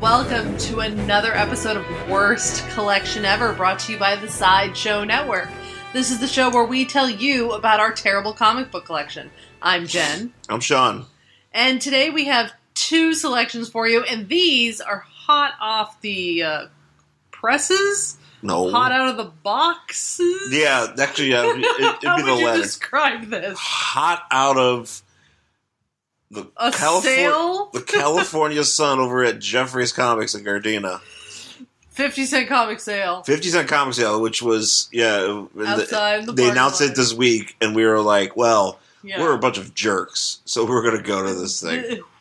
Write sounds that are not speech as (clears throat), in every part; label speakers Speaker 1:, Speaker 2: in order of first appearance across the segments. Speaker 1: welcome to another episode of Worst Collection Ever, brought to you by the Sideshow Network. This is the show where we tell you about our terrible comic book collection. I'm Jen,
Speaker 2: I'm Sean.
Speaker 1: and today we have two selections for you, and these are hot off the uh, presses,
Speaker 2: No.
Speaker 1: hot out of the boxes.
Speaker 2: Yeah, actually, yeah, it, it'd
Speaker 1: (laughs) How
Speaker 2: be the
Speaker 1: would you
Speaker 2: latter.
Speaker 1: describe this?
Speaker 2: Hot out of the
Speaker 1: A
Speaker 2: California,
Speaker 1: sale, (laughs)
Speaker 2: the California Sun over at Jeffrey's Comics in Gardena,
Speaker 1: fifty cent comic sale.
Speaker 2: fifty cent comic sale, which was yeah. and the-
Speaker 1: Outside the
Speaker 2: they
Speaker 1: parking
Speaker 2: announced
Speaker 1: lot.
Speaker 2: it this week, and we were like, "Well,
Speaker 1: Yeah.
Speaker 2: we're a bunch of jerks, so we're gonna go to this thing."
Speaker 1: (laughs)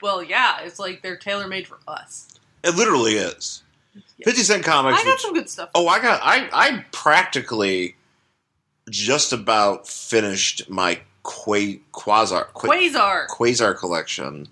Speaker 1: Well, yeah, it's like they're tailor made for us.
Speaker 2: It literally is.
Speaker 1: Yeah.
Speaker 2: Fifty Cent Comics.
Speaker 1: I got
Speaker 2: which-
Speaker 1: some good stuff.
Speaker 2: oh, I got. I I practically just about finished my Qua, Quasar Qua-
Speaker 1: Quasar.
Speaker 2: Quasar collection,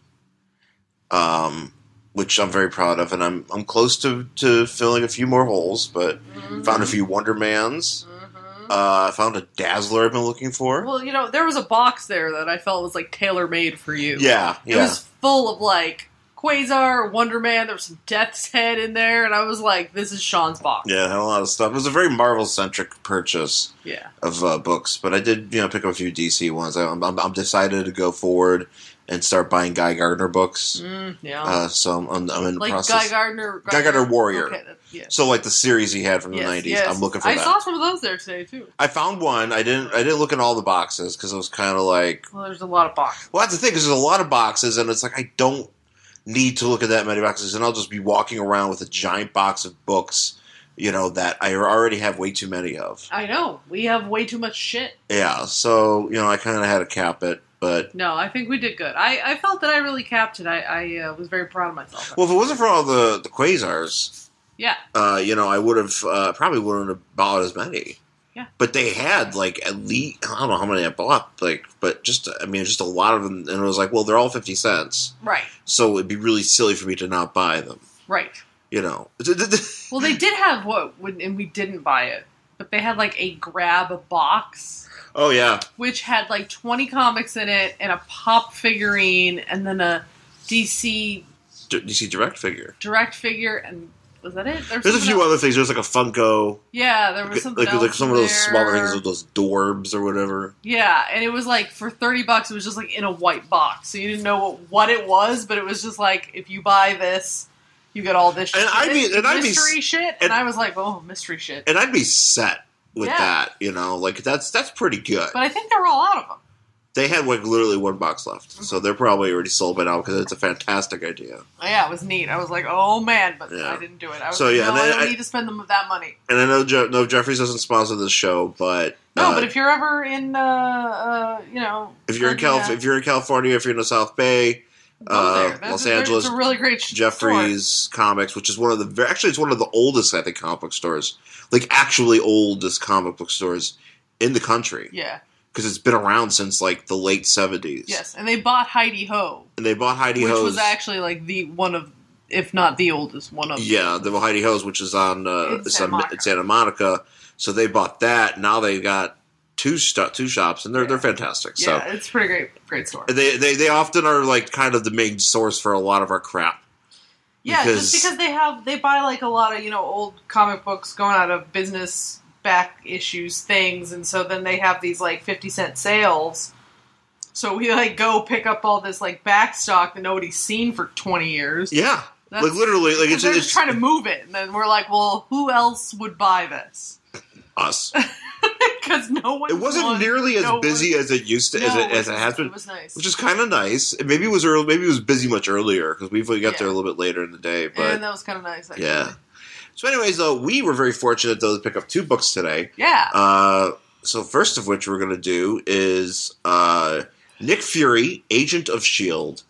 Speaker 2: um, which I'm very proud of, and I'm I'm close to to filling a few more holes, but
Speaker 1: Mhm.
Speaker 2: found a few Wonder Mans.
Speaker 1: Mhm.
Speaker 2: Uh, I found a Dazzler I've been looking for.
Speaker 1: Well, you know, there was a box there that I felt was like tailor made for you.
Speaker 2: yeah,
Speaker 1: It
Speaker 2: yeah.
Speaker 1: was full of like Quasar, Wonder Man, there was some Death's Head in there, and I was like, this is Sean's box.
Speaker 2: Yeah, I had a lot of stuff. It was a very Marvel centric purchase
Speaker 1: Yeah.
Speaker 2: of uh, books, but I did you know pick up a few DC ones. I, I'm, I'm decided to go forward and start buying Guy Gardner books.
Speaker 1: Mm, yeah.
Speaker 2: Uh, so I'm, I'm, I'm in the
Speaker 1: like
Speaker 2: process.
Speaker 1: Guy Gardner.
Speaker 2: Guy Gardner Warrior.
Speaker 1: Okay, that- yeah.
Speaker 2: so like the series he had from
Speaker 1: Yes,
Speaker 2: the '90s,
Speaker 1: yes.
Speaker 2: I'm looking for
Speaker 1: I
Speaker 2: that.
Speaker 1: saw some of those there today too.
Speaker 2: I found one. I didn't. I didn't look in all the boxes because I was kind of like,
Speaker 1: Well, there's a lot of boxes.
Speaker 2: well, that's the thing. Because there's a lot of boxes, and it's like I don't need to look at that many boxes, and I'll just be walking around with a giant box of books, you know, that I already have way too many of.
Speaker 1: I know. We have way too much shit.
Speaker 2: Yeah. So you know, I kind of had to cap it, but
Speaker 1: No, I think we did good. I, I felt that I really capped it. I, I uh, was very proud of myself.
Speaker 2: well, if it wasn't for all the the quasars,
Speaker 1: yeah.
Speaker 2: uh, you know, I would have uh, probably wouldn't have bought as many.
Speaker 1: Yeah.
Speaker 2: But they had like at least I don't know how many I bought, like, but just I mean, just a lot of them, and it was like, well, they're all fifty cents.
Speaker 1: Right.
Speaker 2: so it'd be really silly for me to not buy them.
Speaker 1: Right.
Speaker 2: You know, (laughs)
Speaker 1: Well, they did have what, when- and we didn't buy it, but they had like a grab box
Speaker 2: oh yeah,
Speaker 1: which had like twenty comics in it and a pop figurine and then a DC
Speaker 2: D- DC Direct figure.
Speaker 1: direct figure and was that it? There was
Speaker 2: There's a
Speaker 1: something
Speaker 2: few
Speaker 1: else.
Speaker 2: other things. There's like a Funko,
Speaker 1: Yeah, there was
Speaker 2: like,
Speaker 1: something
Speaker 2: like, like
Speaker 1: else
Speaker 2: some of those
Speaker 1: there.
Speaker 2: smaller things, like those Dorbs or whatever.
Speaker 1: Yeah, and it was like for thirty bucks, it was just like in a white box, so you didn't know what, what it was, but it was just like if you buy this, you get all this.
Speaker 2: And
Speaker 1: shit,
Speaker 2: I'd be- and I'd be s-
Speaker 1: mystery shit, and,
Speaker 2: and-
Speaker 1: I was like, oh, mystery shit.
Speaker 2: And I'd be set with
Speaker 1: Yeah.
Speaker 2: that. You know, like that's that's pretty good.
Speaker 1: but I think they were all out of them.
Speaker 2: they had like literally one box left, so they're probably already sold by now because it's a fantastic idea.
Speaker 1: Oh, Yeah, it was neat. I was like, oh man, but
Speaker 2: Yeah.
Speaker 1: I didn't do it. I was
Speaker 2: So,
Speaker 1: like,
Speaker 2: yeah,
Speaker 1: no,
Speaker 2: and
Speaker 1: I
Speaker 2: I-
Speaker 1: don't
Speaker 2: I-
Speaker 1: need to spend them that money.
Speaker 2: And I know Je- no Jeffries doesn't sponsor this show, but
Speaker 1: No,
Speaker 2: uh,
Speaker 1: but if you're ever in, uh, uh, you know,
Speaker 2: if you're in Calif- if you're in California, if you're in the South Bay, uh, Los Angeles,
Speaker 1: it's a really great sh-
Speaker 2: Jeffrey's Comics, which is one of the ver- actually it's one of the oldest I think comic book stores, like actually oldest comic book stores in the country
Speaker 1: store. Yeah.
Speaker 2: because it's been around since like the late seventies.
Speaker 1: Yes, and they bought Heidi Ho,
Speaker 2: and they bought Heidi
Speaker 1: which
Speaker 2: Ho's.
Speaker 1: was actually like the one of, if not the oldest one of. them.
Speaker 2: yeah, the Heidi Ho's, which is on
Speaker 1: In
Speaker 2: uh, it's
Speaker 1: Santa
Speaker 2: on-
Speaker 1: Monica.
Speaker 2: it's Santa Monica. So they bought that. Now they've got two sto- two shops, and they're they're fantastic. So
Speaker 1: Yeah, it's pretty great, great store.
Speaker 2: And they, they they often are like kind of the main source for a lot of our crap.
Speaker 1: Yeah, just
Speaker 2: because-
Speaker 1: because they have they buy like a lot of you know old comic books going out of business back issues things, and so then they have these like fifty cent sales. So we like go pick up all this like back stock that nobody's seen for twenty years.
Speaker 2: Yeah,
Speaker 1: That's-
Speaker 2: like literally, like
Speaker 1: 'cause
Speaker 2: it's,
Speaker 1: they're just
Speaker 2: it's
Speaker 1: trying to move it, and then we're like, well, who else would buy this? (laughs)
Speaker 2: us.
Speaker 1: Because no one.
Speaker 2: It wasn't
Speaker 1: wants-
Speaker 2: nearly as
Speaker 1: no one-
Speaker 2: busy as it used to as
Speaker 1: No,
Speaker 2: it, as it has been.
Speaker 1: It was nice,
Speaker 2: which is kind of nice. And Maybe it was early, maybe it was busy much earlier because we got
Speaker 1: Yeah.
Speaker 2: there a little bit later in the day.
Speaker 1: and uh,
Speaker 2: But
Speaker 1: that was kind of nice. Actually.
Speaker 2: yeah. So, anyways, though, we were very fortunate though to pick up two books today.
Speaker 1: yeah.
Speaker 2: Uh, so, first of which we're going to do is uh, Nick Fury, Agent of Shield,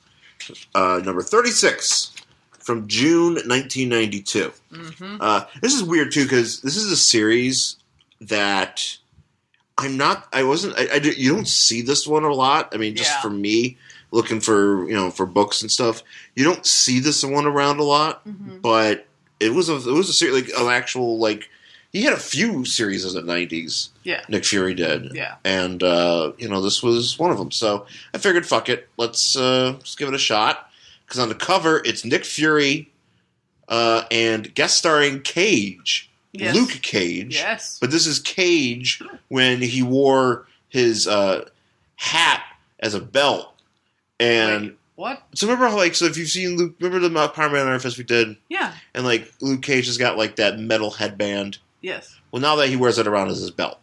Speaker 2: E uh, number thirty-six from June nineteen ninety-two.
Speaker 1: hmm
Speaker 2: Uh, this is weird too because this is a series that I'm not. I wasn't. I, I di- you don't see this one a lot. I mean, just
Speaker 1: Yeah.
Speaker 2: for me looking for you know for books and stuff, you don't see this one around a lot.
Speaker 1: hmm
Speaker 2: But it was a it was a series like an actual like he had a few series in the '90s.
Speaker 1: Yeah.
Speaker 2: Nick Fury did.
Speaker 1: Yeah.
Speaker 2: And uh, you know this was one of them. So I figured, fuck it, let's uh, let's give it a shot. Because on the cover, it's Nick Fury uh, and guest starring Cage,
Speaker 1: Yes.
Speaker 2: Luke Cage.
Speaker 1: Yes.
Speaker 2: But this is Cage when he wore his uh, hat as a belt. And
Speaker 1: Wait, what?
Speaker 2: so remember how like so if you've seen Luke remember the Power Man Iron Fist we did
Speaker 1: Yeah.
Speaker 2: and like Luke Cage has got like that metal headband.
Speaker 1: Yes.
Speaker 2: Well now that he wears it around as his belt.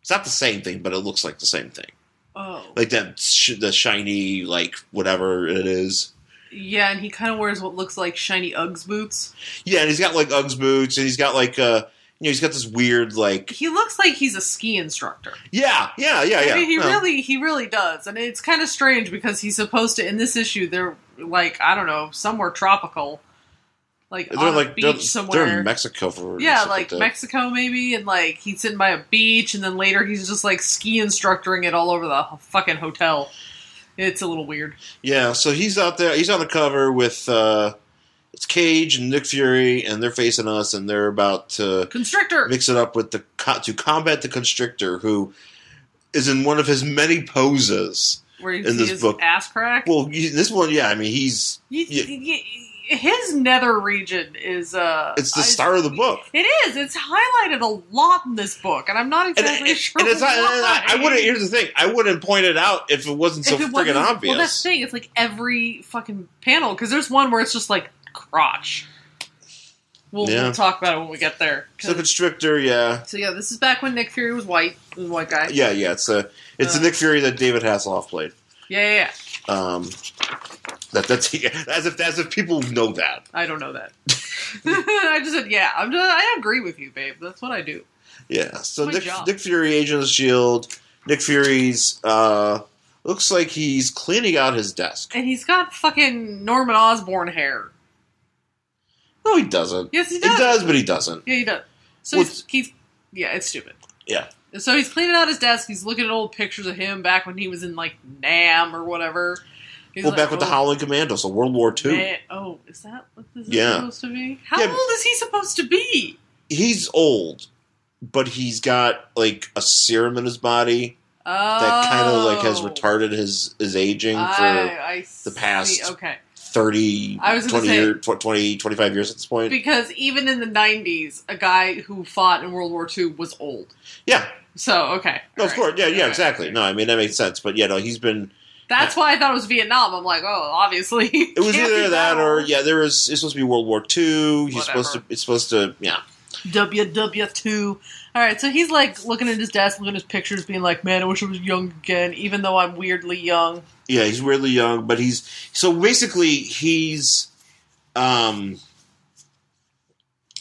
Speaker 2: It's not the same thing, but it looks like the same thing.
Speaker 1: Oh.
Speaker 2: Like that sh- the shiny like whatever it is.
Speaker 1: yeah, and he kind of wears what looks like shiny Uggs boots.
Speaker 2: Yeah, and he's got like Uggs boots and he's got like uh you know, he's got this weird like
Speaker 1: He looks like he's a ski instructor.
Speaker 2: yeah, yeah, Oh, yeah, yeah.
Speaker 1: I mean, he
Speaker 2: No.
Speaker 1: really, he really does, and it's kind of strange because he's supposed to. In this issue, they're like, I don't know, somewhere tropical, like
Speaker 2: they're
Speaker 1: on
Speaker 2: like
Speaker 1: a
Speaker 2: they're-
Speaker 1: beach
Speaker 2: they're,
Speaker 1: somewhere.
Speaker 2: in Mexico for
Speaker 1: yeah,
Speaker 2: something
Speaker 1: like
Speaker 2: that.
Speaker 1: Mexico maybe, and like he's sitting by a beach, and then later he's just like ski instructoring it all over the h- fucking hotel. It's a little weird.
Speaker 2: Yeah, so he's out there. He's on the cover with uh, it's Cage and Nick Fury, and they're facing us, and they're about to
Speaker 1: Constrictor.
Speaker 2: mix it up with the co- to combat the Constrictor, who is in one of his many poses.
Speaker 1: where you
Speaker 2: in
Speaker 1: see
Speaker 2: this
Speaker 1: his
Speaker 2: book.
Speaker 1: ass crack.
Speaker 2: Well, you- this one, yeah, I mean, he's
Speaker 1: You-
Speaker 2: yeah.
Speaker 1: you- his nether region is uh
Speaker 2: it's the
Speaker 1: I-
Speaker 2: star of the book.
Speaker 1: It is. It's highlighted a lot in this book, and I'm not
Speaker 2: And,
Speaker 1: exactly
Speaker 2: and-
Speaker 1: sure.
Speaker 2: and it's not, and
Speaker 1: why.
Speaker 2: I, I wouldn't. Here's the thing: I wouldn't point it out if it wasn't so
Speaker 1: If it
Speaker 2: freaking
Speaker 1: wasn't-
Speaker 2: obvious.
Speaker 1: Well, that's the thing. It's like every fucking panel because there's one where it's just like crotch. We'll,
Speaker 2: Yeah.
Speaker 1: we'll talk about it when we get there. 'Cause-
Speaker 2: so Constrictor, yeah,
Speaker 1: so yeah, this is back when Nick Fury was white, was a white guy. Yeah,
Speaker 2: yeah, yeah. It's a it's
Speaker 1: Uh,
Speaker 2: the Nick Fury that David Hasselhoff played.
Speaker 1: yeah, yeah.
Speaker 2: Um, that that's (laughs) as if as if people know that.
Speaker 1: I don't know that. (laughs) I just said yeah. I'm just, I agree with you, babe. That's what I do.
Speaker 2: Yeah. So
Speaker 1: Good
Speaker 2: Nick,
Speaker 1: job.
Speaker 2: Nick Fury, Agent of the Shield. E Nick Fury's uh, looks like he's cleaning out his desk.
Speaker 1: And he's got fucking Norman Osborn hair.
Speaker 2: No, he doesn't.
Speaker 1: Yes, he
Speaker 2: He
Speaker 1: does.
Speaker 2: does, but he doesn't.
Speaker 1: Yeah, he does. So
Speaker 2: Well,
Speaker 1: he's, he's yeah, it's stupid.
Speaker 2: Yeah.
Speaker 1: So he's cleaning out his desk. He's looking at old pictures of him back when he was in like Nam or whatever. He's
Speaker 2: well,
Speaker 1: like,
Speaker 2: back with the
Speaker 1: "Oh,
Speaker 2: Howling Commando, so World War Two.
Speaker 1: man- oh, is that what this is
Speaker 2: Yeah.
Speaker 1: supposed to be? How
Speaker 2: Yeah, but-
Speaker 1: old is he supposed to be?
Speaker 2: He's old, but he's got like a serum in his body
Speaker 1: Oh,
Speaker 2: that kind of like has retarded his his aging for
Speaker 1: I, I
Speaker 2: the past.
Speaker 1: see. Okay,
Speaker 2: 30,
Speaker 1: I was gonna
Speaker 2: 20,
Speaker 1: say-
Speaker 2: year, tw- 20, 25 years at this point.
Speaker 1: because even in the '90s, a guy who fought in World War II was old.
Speaker 2: yeah,
Speaker 1: So okay,
Speaker 2: no, of
Speaker 1: Alright.
Speaker 2: course, yeah, yeah,
Speaker 1: Alright.
Speaker 2: exactly. No, I mean that makes sense, but yeah, no, he's been
Speaker 1: That's why I thought it was Vietnam. I'm like, oh, obviously (laughs)
Speaker 2: It was either that or yeah, there was it's supposed to be World War Two. He's
Speaker 1: Whatever.
Speaker 2: supposed to it's supposed to yeah.
Speaker 1: WW2. All right, so he's like looking at his desk, looking at his pictures, being like, man, I wish I was young again, even though I'm weirdly young.
Speaker 2: Yeah, he's weirdly young, but he's so basically he's um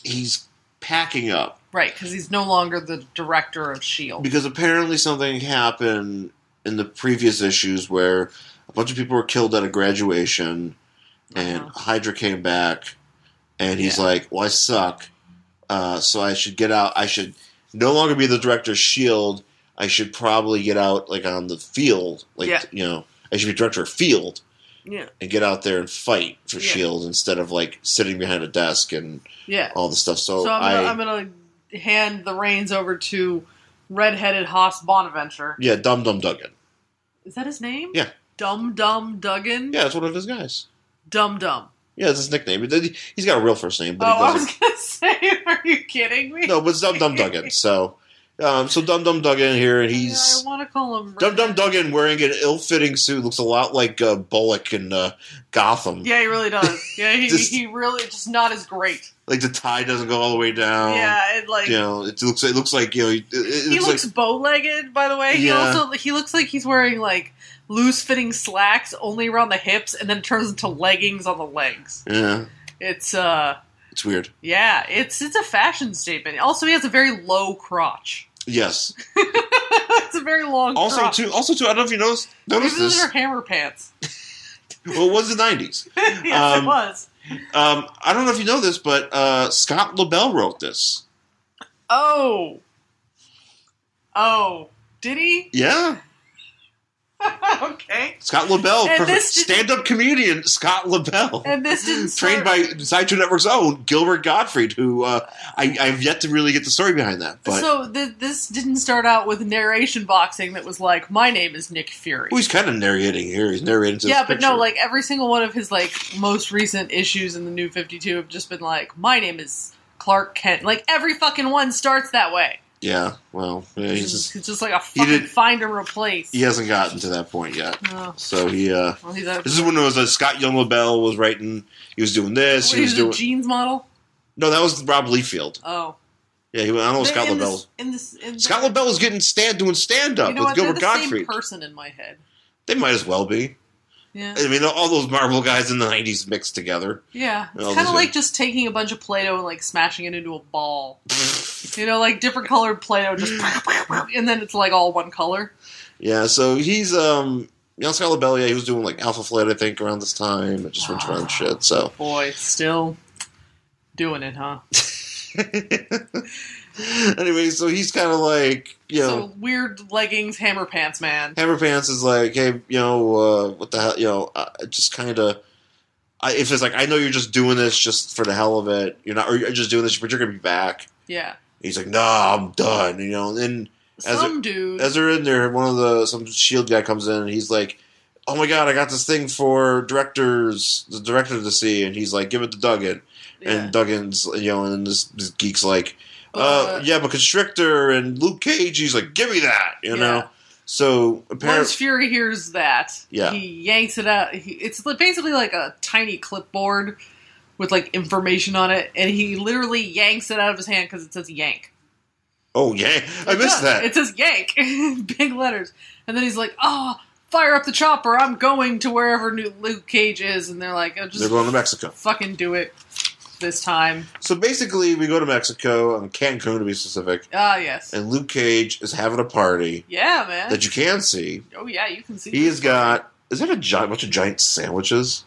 Speaker 2: he's packing up
Speaker 1: Right, because he's no longer the director of S.H.I.E.L.D.
Speaker 2: because apparently something happened in the previous issues where a bunch of people were killed at a graduation and
Speaker 1: Uh-huh.
Speaker 2: Hydra came back and he's
Speaker 1: Yeah.
Speaker 2: like, Well I suck. Uh, so I should get out I should no longer be the director of Shield. I should probably get out like on the field. Like
Speaker 1: Yeah.
Speaker 2: you know I should be director of field
Speaker 1: Yeah.
Speaker 2: and get out there and fight for
Speaker 1: Yeah.
Speaker 2: Shield instead of like sitting behind a desk and
Speaker 1: Yeah.
Speaker 2: all the stuff. So,
Speaker 1: So
Speaker 2: Oh, I
Speaker 1: I'm going am to hand the reins over to redheaded Haas Bonaventure.
Speaker 2: yeah, Dum Dum Duggan.
Speaker 1: Is that his name?
Speaker 2: Yeah.
Speaker 1: Dum Dum Duggan?
Speaker 2: Yeah, that's one of his guys.
Speaker 1: Dum Dum.
Speaker 2: Yeah, that's his nickname. He- He's got a real first name,
Speaker 1: Oh,
Speaker 2: but he
Speaker 1: I
Speaker 2: doesn't.
Speaker 1: was going to (laughs) say, are you kidding me?
Speaker 2: No, but it's Dum Dum Duggan. So, um, so Dum Dum Duggan here, and
Speaker 1: (laughs) I
Speaker 2: he's
Speaker 1: want to call him
Speaker 2: Dum Dum
Speaker 1: redheaded.
Speaker 2: Duggan wearing an ill-fitting suit. Looks a lot like uh, Bullock in uh, Gotham.
Speaker 1: Yeah, he really
Speaker 2: (laughs)
Speaker 1: does. Yeah, he,
Speaker 2: Just-
Speaker 1: he really just not as great.
Speaker 2: Like the tie doesn't go all the way down.
Speaker 1: yeah, and like
Speaker 2: You know, it looks. It looks like you know. It, it
Speaker 1: he
Speaker 2: looks,
Speaker 1: looks
Speaker 2: like
Speaker 1: bow-legged. By the way, he
Speaker 2: Yeah.
Speaker 1: also he looks like he's wearing like loose-fitting slacks only around the hips, and then it turns into leggings on the legs.
Speaker 2: yeah.
Speaker 1: It's uh,
Speaker 2: It's weird.
Speaker 1: yeah, it's it's a fashion statement. Also, he has a very low crotch. (laughs)
Speaker 2: Yes.
Speaker 1: it's a very long.
Speaker 2: Also,
Speaker 1: crotch.
Speaker 2: too. Also, too. I don't know if you noticed. Notice
Speaker 1: These
Speaker 2: this.
Speaker 1: are hammer pants.
Speaker 2: Well, it was the '90s.
Speaker 1: (laughs) yes,
Speaker 2: Um,
Speaker 1: it was.
Speaker 2: Um, I don't know if you know this, but uh, Scott Lobel wrote this.
Speaker 1: Oh, oh, did he? (laughs)
Speaker 2: Yeah.
Speaker 1: okay.
Speaker 2: Scott LaBelle,
Speaker 1: And
Speaker 2: perfect
Speaker 1: this did-
Speaker 2: stand-up comedian Scott LaBelle.
Speaker 1: And this didn't
Speaker 2: (laughs) Trained
Speaker 1: start,
Speaker 2: by Sideshow Network's own Gilbert Gottfried, who uh, I, I've yet to really get the story behind that. But
Speaker 1: so th- this didn't start out with narration boxing that was like, "My name is Nick Fury."
Speaker 2: Well, he's kind of narrating here. He's narrating to
Speaker 1: yeah,
Speaker 2: this
Speaker 1: but no,
Speaker 2: picture.
Speaker 1: like every single one of his like most recent issues in the New Fifty Two have just been like, "My name is Clark Kent." Like every fucking one starts that way.
Speaker 2: yeah. Well, yeah, he's just,
Speaker 1: it's just like a
Speaker 2: he
Speaker 1: fucking
Speaker 2: did-
Speaker 1: find and replace.
Speaker 2: he hasn't gotten to that point yet.
Speaker 1: Oh,
Speaker 2: So he. uh
Speaker 1: well, he's a,
Speaker 2: This is when it was uh, Scott Young LaBelle was writing. He was doing this.
Speaker 1: Wait,
Speaker 2: He was
Speaker 1: he's a
Speaker 2: doing.
Speaker 1: jeans model.
Speaker 2: No, that was Rob Liefeld.
Speaker 1: Oh,
Speaker 2: Yeah, he, I don't know Scott
Speaker 1: in
Speaker 2: LaBelle.
Speaker 1: This, in this, in
Speaker 2: Scott LaBelle was getting stand doing stand up
Speaker 1: you know
Speaker 2: with
Speaker 1: what? They're
Speaker 2: Gilbert
Speaker 1: the
Speaker 2: Gottfried.
Speaker 1: same person in my head.
Speaker 2: they might as well be.
Speaker 1: Yeah,
Speaker 2: I mean, all those Marvel guys in the '90s mixed together.
Speaker 1: yeah. It's
Speaker 2: Well,
Speaker 1: kind
Speaker 2: this
Speaker 1: of
Speaker 2: is-
Speaker 1: like just taking a bunch of Play-Doh and like smashing it into a ball.
Speaker 2: (laughs)
Speaker 1: you know, like different colored Play-Doh, just and then it's like all one color.
Speaker 2: Yeah, so he's um, you know, Scott LaBelle. Yeah, he was doing like Alpha Flight, I think, around this time. It just went around shit. So
Speaker 1: Boy, still doing it, huh?
Speaker 2: (laughs) anyway, so he's kind of like you know.
Speaker 1: So weird leggings, hammer pants, man.
Speaker 2: Hammer Pants is like, hey, you know, uh, what the hell, you know, uh, just kind of. I, if it's like, I know you're just doing this just for the hell of it, you're not, or you're just doing this, but you're gonna be back.
Speaker 1: Yeah,
Speaker 2: He's like, nah, I'm done, you know. And then As
Speaker 1: some dude.
Speaker 2: as they're in there, one of the some shield E guy comes in and he's like, oh my god, I got this thing for directors, the director to see, and he's like, give it to Duggan,
Speaker 1: yeah.
Speaker 2: and Duggan's, you know, and this, this geek's like, uh, yeah, but Constrictor and Luke Cage, he's like, give me that, you
Speaker 1: Yeah.
Speaker 2: know. So apparently,
Speaker 1: Once Fury hears that,
Speaker 2: Yeah.
Speaker 1: he yanks it out. He, it's li- basically like a tiny clipboard with like information on it, and he literally yanks it out of his hand because it says "yank."
Speaker 2: Oh yeah, I
Speaker 1: It does.
Speaker 2: missed that.
Speaker 1: It says "yank," (laughs) big letters, and then he's like, "Oh, fire up the chopper! I'm going to wherever new Luke Cage is," and they're like, oh,
Speaker 2: They're
Speaker 1: "Just
Speaker 2: going to Mexico.
Speaker 1: fucking do it this time."
Speaker 2: So basically, we go to Mexico and Cancun to be specific,
Speaker 1: Ah, yes,
Speaker 2: and Luke Cage is having a party
Speaker 1: yeah, man.
Speaker 2: that you can see.
Speaker 1: oh yeah, you can see.
Speaker 2: He's got is that a giant bunch of giant sandwiches?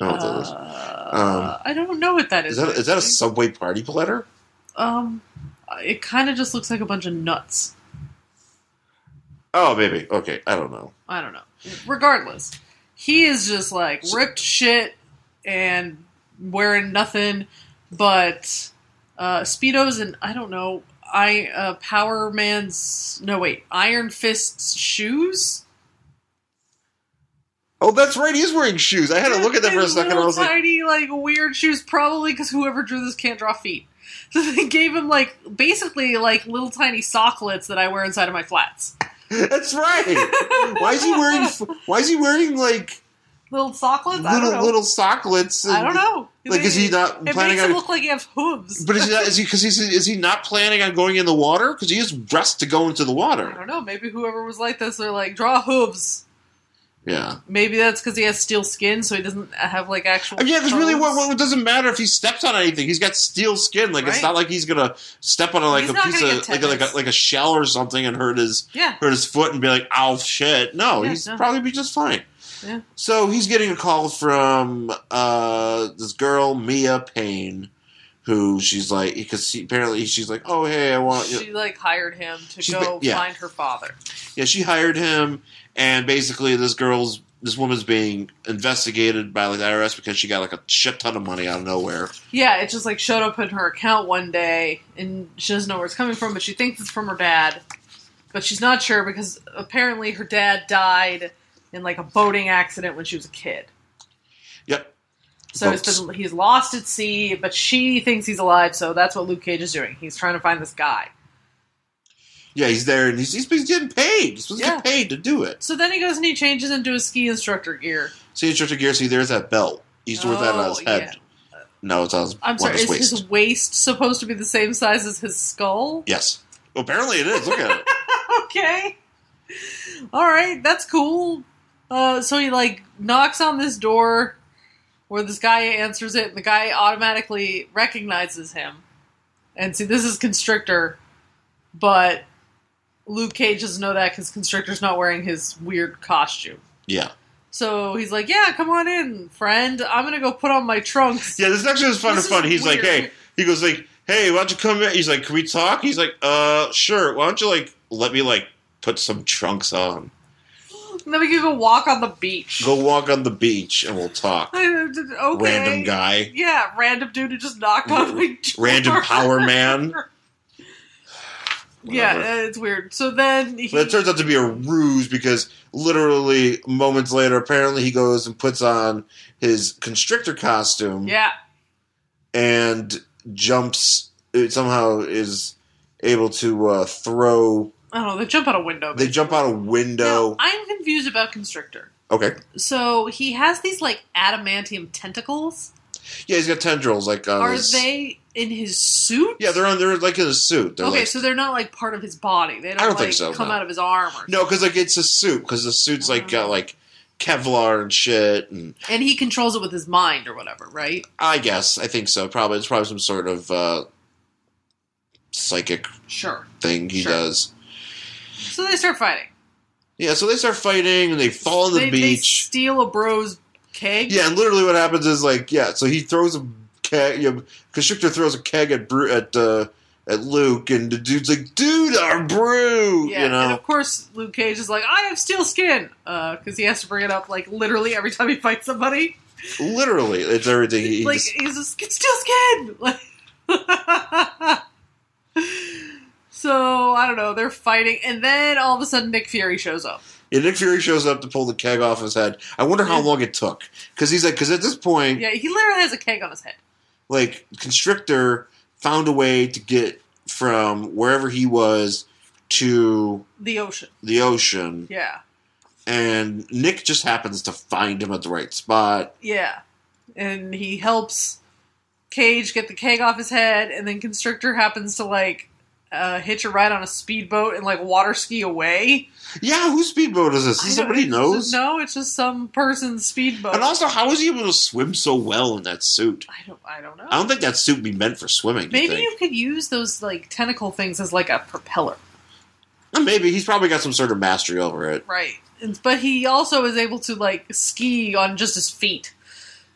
Speaker 2: I don't know what that
Speaker 1: Uh, I don't know what that
Speaker 2: is.
Speaker 1: is.
Speaker 2: Um, Is that is that a Subway party platter?
Speaker 1: Um, it kind of just looks like a bunch of nuts.
Speaker 2: Oh, maybe. Okay, I don't know.
Speaker 1: I don't know. Regardless, he is just like
Speaker 2: So-
Speaker 1: ripped shit and wearing nothing but uh, speedos and I don't know. I uh, Power Man's no wait Iron Fist's shoes.
Speaker 2: Oh, that's right. He's wearing shoes. I had to look at that for
Speaker 1: (laughs)
Speaker 2: a
Speaker 1: His
Speaker 2: second. I
Speaker 1: little
Speaker 2: was like,
Speaker 1: tiny like weird shoes, probably because whoever drew this can't draw feet. (laughs) So they gave him like basically like little tiny socklets that I wear inside of my flats.
Speaker 2: (laughs) that's right. why is he wearing? f- Why is he wearing like
Speaker 1: Little socklets? I don't
Speaker 2: little
Speaker 1: know.
Speaker 2: little socklets?
Speaker 1: I don't
Speaker 2: and-
Speaker 1: know.
Speaker 2: Like, is he not
Speaker 1: It
Speaker 2: planning
Speaker 1: makes it
Speaker 2: on
Speaker 1: look like he has hooves.
Speaker 2: But is he not, is he because he's is he not planning on going in the water? Because he is dressed to go into the
Speaker 1: I
Speaker 2: water.
Speaker 1: don't know. Maybe whoever was like this, they're like draw hooves.
Speaker 2: Yeah,
Speaker 1: Maybe that's because he has steel skin, so he doesn't have like actual.
Speaker 2: I mean, yeah. Because really, what,
Speaker 1: toes.
Speaker 2: what it doesn't matter if he steps on anything? He's got steel skin. Like it's
Speaker 1: Right.
Speaker 2: not like he's gonna step on a, like
Speaker 1: He's
Speaker 2: a
Speaker 1: not
Speaker 2: piece
Speaker 1: gonna
Speaker 2: of
Speaker 1: get
Speaker 2: like a, like a
Speaker 1: tetanus.
Speaker 2: like a shell or something and hurt his
Speaker 1: Yeah,
Speaker 2: hurt his foot and be like, "Ow, shit!" No,
Speaker 1: Yeah,
Speaker 2: he's
Speaker 1: no.
Speaker 2: probably be just fine.
Speaker 1: Yeah.
Speaker 2: So he's getting a call from uh, this girl Mia Payne, who she's like because she, apparently she's like, "Oh hey, I want." you."
Speaker 1: she like hired him to
Speaker 2: She's
Speaker 1: go
Speaker 2: ba- yeah.
Speaker 1: find her father.
Speaker 2: Yeah, she hired him, and basically, this girl's this woman's being investigated by like the IRS because she got like a shit ton of money out of nowhere.
Speaker 1: Yeah, it just like showed up in her account one day, and she doesn't know where it's coming from, but she thinks it's from her dad, but she's not sure because apparently her dad died in like a boating accident when she was a kid.
Speaker 2: Yep.
Speaker 1: So it's been, he's lost at sea, but she thinks he's alive. So that's what Luke Cage is doing. He's trying to find this guy.
Speaker 2: Yeah, he's there, and he's, he's getting paid. He's supposed to
Speaker 1: Yeah.
Speaker 2: get paid to do it.
Speaker 1: So then he goes and he changes into his ski instructor gear.
Speaker 2: See, Instructor Gear, see, there's that belt. He's doing that on his
Speaker 1: Oh,
Speaker 2: head. No, it's on his,
Speaker 1: I'm
Speaker 2: on
Speaker 1: sorry,
Speaker 2: his
Speaker 1: is
Speaker 2: waist.
Speaker 1: his waist supposed to be the same size as his skull? (laughs)
Speaker 2: Yes. Well, apparently it is. Look at it.
Speaker 1: Okay. All right, that's cool. Uh, so he like knocks on this door where this guy answers it and the guy automatically recognizes him. And see this is Constrictor, but Luke Cage doesn't know that cuz Constrictor's not wearing his weird costume.
Speaker 2: (laughs) Yeah.
Speaker 1: So he's like, "Yeah, come on in, friend. I'm going to go put on my trunks."
Speaker 2: Yeah, this actually was fun
Speaker 1: This
Speaker 2: and fun.
Speaker 1: is
Speaker 2: He's like,
Speaker 1: weird.
Speaker 2: hey, he goes like, hey, why don't you come in? He's like, can we talk? He's like, uh, sure. Why don't you like let me like put some trunks on?
Speaker 1: And then we could go walk on the beach. (laughs)
Speaker 2: Go walk on the beach and we'll talk.
Speaker 1: okay.
Speaker 2: Random guy.
Speaker 1: Yeah, random dude who just knocked on
Speaker 2: (laughs)
Speaker 1: my door.
Speaker 2: Random power man.
Speaker 1: (laughs) Yeah,
Speaker 2: Whatever.
Speaker 1: uh, it's weird. So then he,
Speaker 2: But it turns out to be a ruse because literally moments later, apparently he goes and puts on his constrictor costume
Speaker 1: yeah,
Speaker 2: and jumps. It somehow is able to uh, throw.
Speaker 1: I don't know. They jump out a window.
Speaker 2: They
Speaker 1: basically.
Speaker 2: jump out a window.
Speaker 1: Now, I'm confused about Constrictor.
Speaker 2: Okay.
Speaker 1: So he has these like adamantium tentacles.
Speaker 2: Yeah, he's got tendrils like. On
Speaker 1: Are
Speaker 2: his-
Speaker 1: they in his suit?
Speaker 2: Oh, Yeah, they're on. They're like in a suit. They're
Speaker 1: okay,
Speaker 2: like,
Speaker 1: so they're not like part of his body. They don't,
Speaker 2: don't
Speaker 1: like,
Speaker 2: think so,
Speaker 1: come
Speaker 2: no.
Speaker 1: out of his arm. Or
Speaker 2: no, because like it's a suit because the suit's like
Speaker 1: Oh.
Speaker 2: got like Kevlar and shit and
Speaker 1: and he controls it with his mind or whatever, right?
Speaker 2: I guess I think so. Probably it's probably some sort of uh, psychic
Speaker 1: Sure.
Speaker 2: thing he
Speaker 1: Sure.
Speaker 2: does.
Speaker 1: So they start fighting.
Speaker 2: Yeah, so they start fighting and they fall on the
Speaker 1: they, they
Speaker 2: beach.
Speaker 1: steal a bro's keg.
Speaker 2: yeah, and literally what happens is like, yeah, so he throws a keg. You know, Constrictor throws a keg at Bru- at uh, at Luke, and the dude's like, "Dude, our brew,"
Speaker 1: Yeah,
Speaker 2: you
Speaker 1: and
Speaker 2: know.
Speaker 1: of course Luke Cage is like, I have steel skin, because he has to bring it up like literally every time he fights somebody.
Speaker 2: Literally, it's everything. He, he
Speaker 1: like
Speaker 2: just-
Speaker 1: he's a sk- steel skin. (laughs) Like- so I don't know. They're fighting, and then all of a sudden Nick Fury shows up.
Speaker 2: yeah, Nick Fury shows up to pull the keg off his head. I wonder how
Speaker 1: Yeah.
Speaker 2: long it took because he's like, because at this point,
Speaker 1: Yeah, he literally has a keg on his head.
Speaker 2: like Constrictor found a way to get from wherever he was to
Speaker 1: The ocean.
Speaker 2: the ocean.
Speaker 1: Yeah,
Speaker 2: and Nick just happens to find him at the right spot.
Speaker 1: yeah, and he helps Cage get the keg off his head, and then Constrictor happens to like. Uh, hitch a ride on a speedboat and like water ski away.
Speaker 2: Yeah, whose speedboat is this?
Speaker 1: I
Speaker 2: Does
Speaker 1: don't- (laughs)
Speaker 2: Somebody
Speaker 1: it's
Speaker 2: knows.
Speaker 1: Just, no, it's just some person's speedboat.
Speaker 2: And also, how is he able to swim so well in that suit?
Speaker 1: I don't. I don't know.
Speaker 2: I don't think that suit would be meant for swimming. you
Speaker 1: Maybe
Speaker 2: think?
Speaker 1: you could use those like tentacle things as like a propeller.
Speaker 2: And maybe he's probably got some sort of mastery over it.
Speaker 1: Right. And- But he also is able to like ski on just his feet.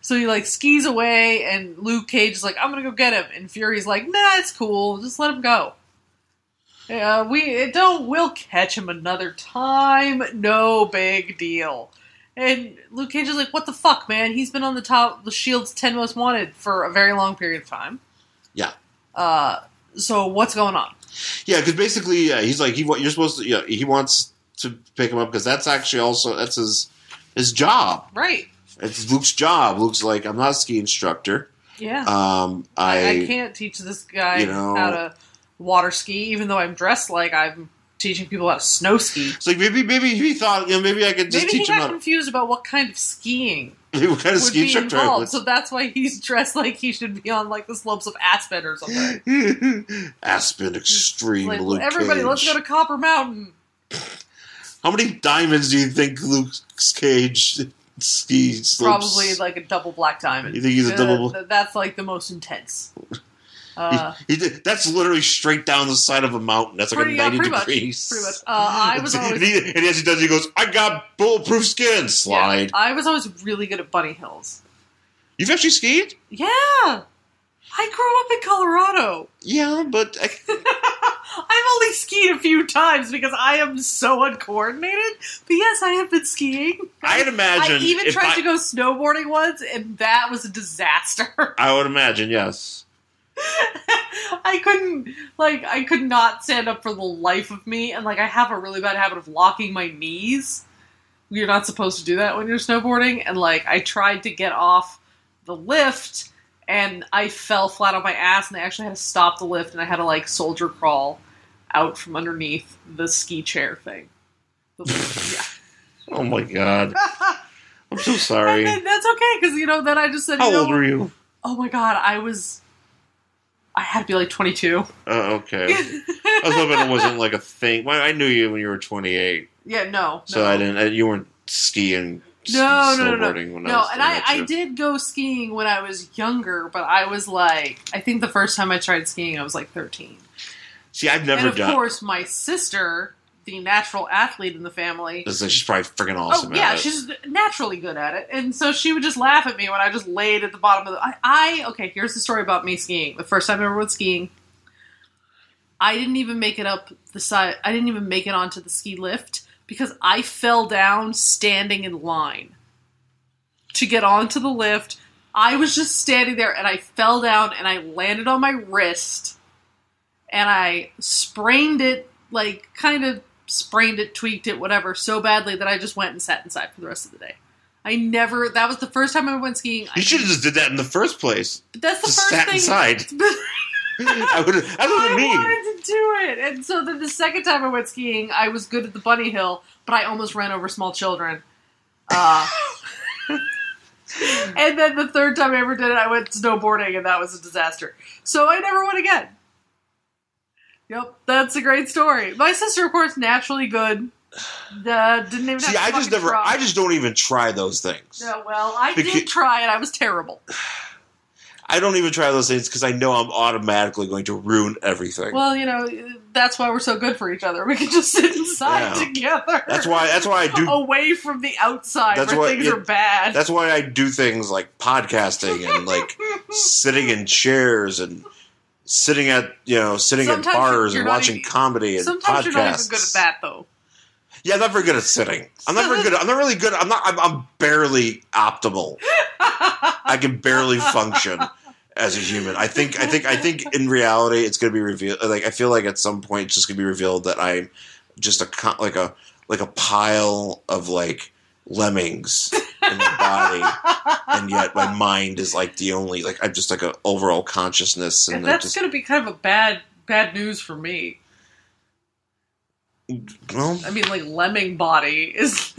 Speaker 1: So he like skis away, and Luke Cage is like, "I'm gonna go get him," and Fury's like, "Nah, it's cool. Just let him go." Yeah, we it don't. We'll catch him another time. No big deal. And Luke Cage is like, "What the fuck, man? He's been on the top the Shield's ten most wanted for a very long period of time."
Speaker 2: Yeah.
Speaker 1: Uh, so what's going on?
Speaker 2: Yeah, because basically, yeah, he's like he wa- you're supposed to. Yeah, he wants to pick him up because that's actually also that's his his job.
Speaker 1: Right.
Speaker 2: It's Luke's job. Luke's like I'm not a ski instructor.
Speaker 1: Yeah.
Speaker 2: Um, I,
Speaker 1: I, I can't teach this guy
Speaker 2: you know-
Speaker 1: how to water ski, even though I'm dressed like I'm teaching people how to snow ski.
Speaker 2: it's like maybe maybe he thought you know maybe I could just
Speaker 1: Maybe
Speaker 2: teach
Speaker 1: he
Speaker 2: him
Speaker 1: got
Speaker 2: how to
Speaker 1: confused about what kind of skiing
Speaker 2: (laughs) what kind of
Speaker 1: would
Speaker 2: ski
Speaker 1: be
Speaker 2: instructor. I
Speaker 1: involved,
Speaker 2: was. (laughs)
Speaker 1: so that's why he's (laughs) dressed like he should be on like the slopes of Aspen or something.
Speaker 2: Aspen Extreme
Speaker 1: Like,
Speaker 2: Luke
Speaker 1: everybody,
Speaker 2: Cage.
Speaker 1: let's go to Copper Mountain.
Speaker 2: How many diamonds do you think Luke Cage skis? slopes-
Speaker 1: Probably like a double black diamond.
Speaker 2: You think he's a
Speaker 1: Uh,
Speaker 2: double-
Speaker 1: th- that's like the most
Speaker 2: (laughs)
Speaker 1: intense. Uh,
Speaker 2: He- he did- that's literally straight down the side of a mountain. That's like
Speaker 1: Pretty-
Speaker 2: a
Speaker 1: yeah,
Speaker 2: ninety
Speaker 1: pretty much,
Speaker 2: degrees.
Speaker 1: pretty much. Uh,
Speaker 2: (laughs)
Speaker 1: I was always
Speaker 2: and, he, and as he does, he goes, "I got bulletproof skin."
Speaker 1: Yeah,
Speaker 2: Slide.
Speaker 1: I was always really good at bunny hills.
Speaker 2: You've actually skied?
Speaker 1: Yeah, I grew up in Colorado. (laughs)
Speaker 2: Yeah, but I,
Speaker 1: I've only skied a few times because I am so uncoordinated. But yes, I have been skiing.
Speaker 2: I'd imagine.
Speaker 1: I even
Speaker 2: if
Speaker 1: tried
Speaker 2: I,
Speaker 1: to go snowboarding once, and that was a disaster. (laughs)
Speaker 2: I would imagine, yes.
Speaker 1: (laughs) I couldn't, like, I could not stand up for the life of me. And, like, I have a really bad habit of locking my knees. You're not supposed to do that when you're snowboarding. And, like, I tried to get off the lift, and I fell flat on my ass, and they actually had to stop the lift, and I had to, like, soldier crawl out from underneath the ski chair thing.
Speaker 2: (laughs)
Speaker 1: yeah.
Speaker 2: Oh my god,
Speaker 1: (laughs)
Speaker 2: I'm so
Speaker 1: And
Speaker 2: sorry.
Speaker 1: then- that's okay, because, you know, then I just said, you
Speaker 2: How
Speaker 1: know,
Speaker 2: old were you?
Speaker 1: oh my god, I was. I had to be like 22.
Speaker 2: Uh,
Speaker 1: (laughs)
Speaker 2: okay, I was hoping it wasn't like a thing. Well, I knew you when you were 28.
Speaker 1: Yeah, no.
Speaker 2: So
Speaker 1: no.
Speaker 2: I didn't. I, you weren't skiing.
Speaker 1: No,
Speaker 2: s-
Speaker 1: no, no, no.
Speaker 2: snowboarding When I
Speaker 1: No,
Speaker 2: was
Speaker 1: and
Speaker 2: doing
Speaker 1: I,
Speaker 2: that
Speaker 1: I
Speaker 2: shit.
Speaker 1: did go skiing when I was younger, but I was like, I think the first time I tried skiing, I was like 13.
Speaker 2: See, I've never
Speaker 1: and of
Speaker 2: done.
Speaker 1: course, my sister, the natural athlete in the family,
Speaker 2: This is- she's probably freaking awesome.
Speaker 1: oh yeah,
Speaker 2: at it.
Speaker 1: she's naturally good at it, and so she would just laugh at me when I just laid at the bottom of the. I, I okay. Here's the story about me skiing. The first time I ever went skiing, I didn't even make it up the side. I didn't even make it onto the ski lift because I fell down standing in line to get onto the lift. I was just standing there and I fell down and I landed on my wrist and I sprained it, like kind of sprained it, tweaked it, whatever, so badly that I just went and sat inside for the rest of the day. I never, that was the first time I went skiing.
Speaker 2: You should have just did that in the first place.
Speaker 1: But that's the
Speaker 2: Just
Speaker 1: first
Speaker 2: sat
Speaker 1: thing.
Speaker 2: inside.
Speaker 1: (laughs)
Speaker 2: (laughs) I would. That's what
Speaker 1: I
Speaker 2: I mean.
Speaker 1: wanted to do it, and so then the second time I went skiing, I was good at the bunny hill, but I almost ran over small children.
Speaker 2: (laughs)
Speaker 1: Uh, and then the third time I ever did it, I went snowboarding, and that was a disaster. So I never went again. Yep, that's a great story. My sister, of course, naturally good. Uh, didn't even.
Speaker 2: See,
Speaker 1: have to
Speaker 2: I
Speaker 1: fucking
Speaker 2: just never.
Speaker 1: try.
Speaker 2: I just don't even try those things.
Speaker 1: No, well, I did
Speaker 2: Becau-
Speaker 1: try, and I was terrible.
Speaker 2: I don't even try those things because I know I'm automatically going to ruin everything.
Speaker 1: Well, you know, that's why we're so good for each other. We can just sit inside (laughs)
Speaker 2: Yeah.
Speaker 1: together.
Speaker 2: that's why. That's why I
Speaker 1: (laughs)
Speaker 2: do.
Speaker 1: away from the outside
Speaker 2: That's
Speaker 1: where
Speaker 2: what
Speaker 1: things
Speaker 2: it-
Speaker 1: are bad.
Speaker 2: That's why I do things like
Speaker 1: (laughs)
Speaker 2: podcasting and like sitting in chairs and sitting at you know sitting at
Speaker 1: Sometimes
Speaker 2: bars
Speaker 1: you're
Speaker 2: and
Speaker 1: not
Speaker 2: watching
Speaker 1: even-
Speaker 2: comedy and
Speaker 1: Sometimes
Speaker 2: podcasts.
Speaker 1: you're not even good at that, though.
Speaker 2: Yeah, I'm not very good at sitting. I'm not very good. I'm not really good. I'm not. I'm, I'm barely optimal. I can barely function as a human. I think. I think. I think in reality, it's going to be revealed. Like I feel like at some point, it's just going to be revealed that I'm just a co- like a like a pile of like lemmings in my body, (laughs) and yet my mind is like the only like I'm just like a overall consciousness, and
Speaker 1: And
Speaker 2: then
Speaker 1: that's
Speaker 2: just
Speaker 1: going to be kind of a bad bad news for me.
Speaker 2: well,
Speaker 1: I mean, like lemming body is (laughs)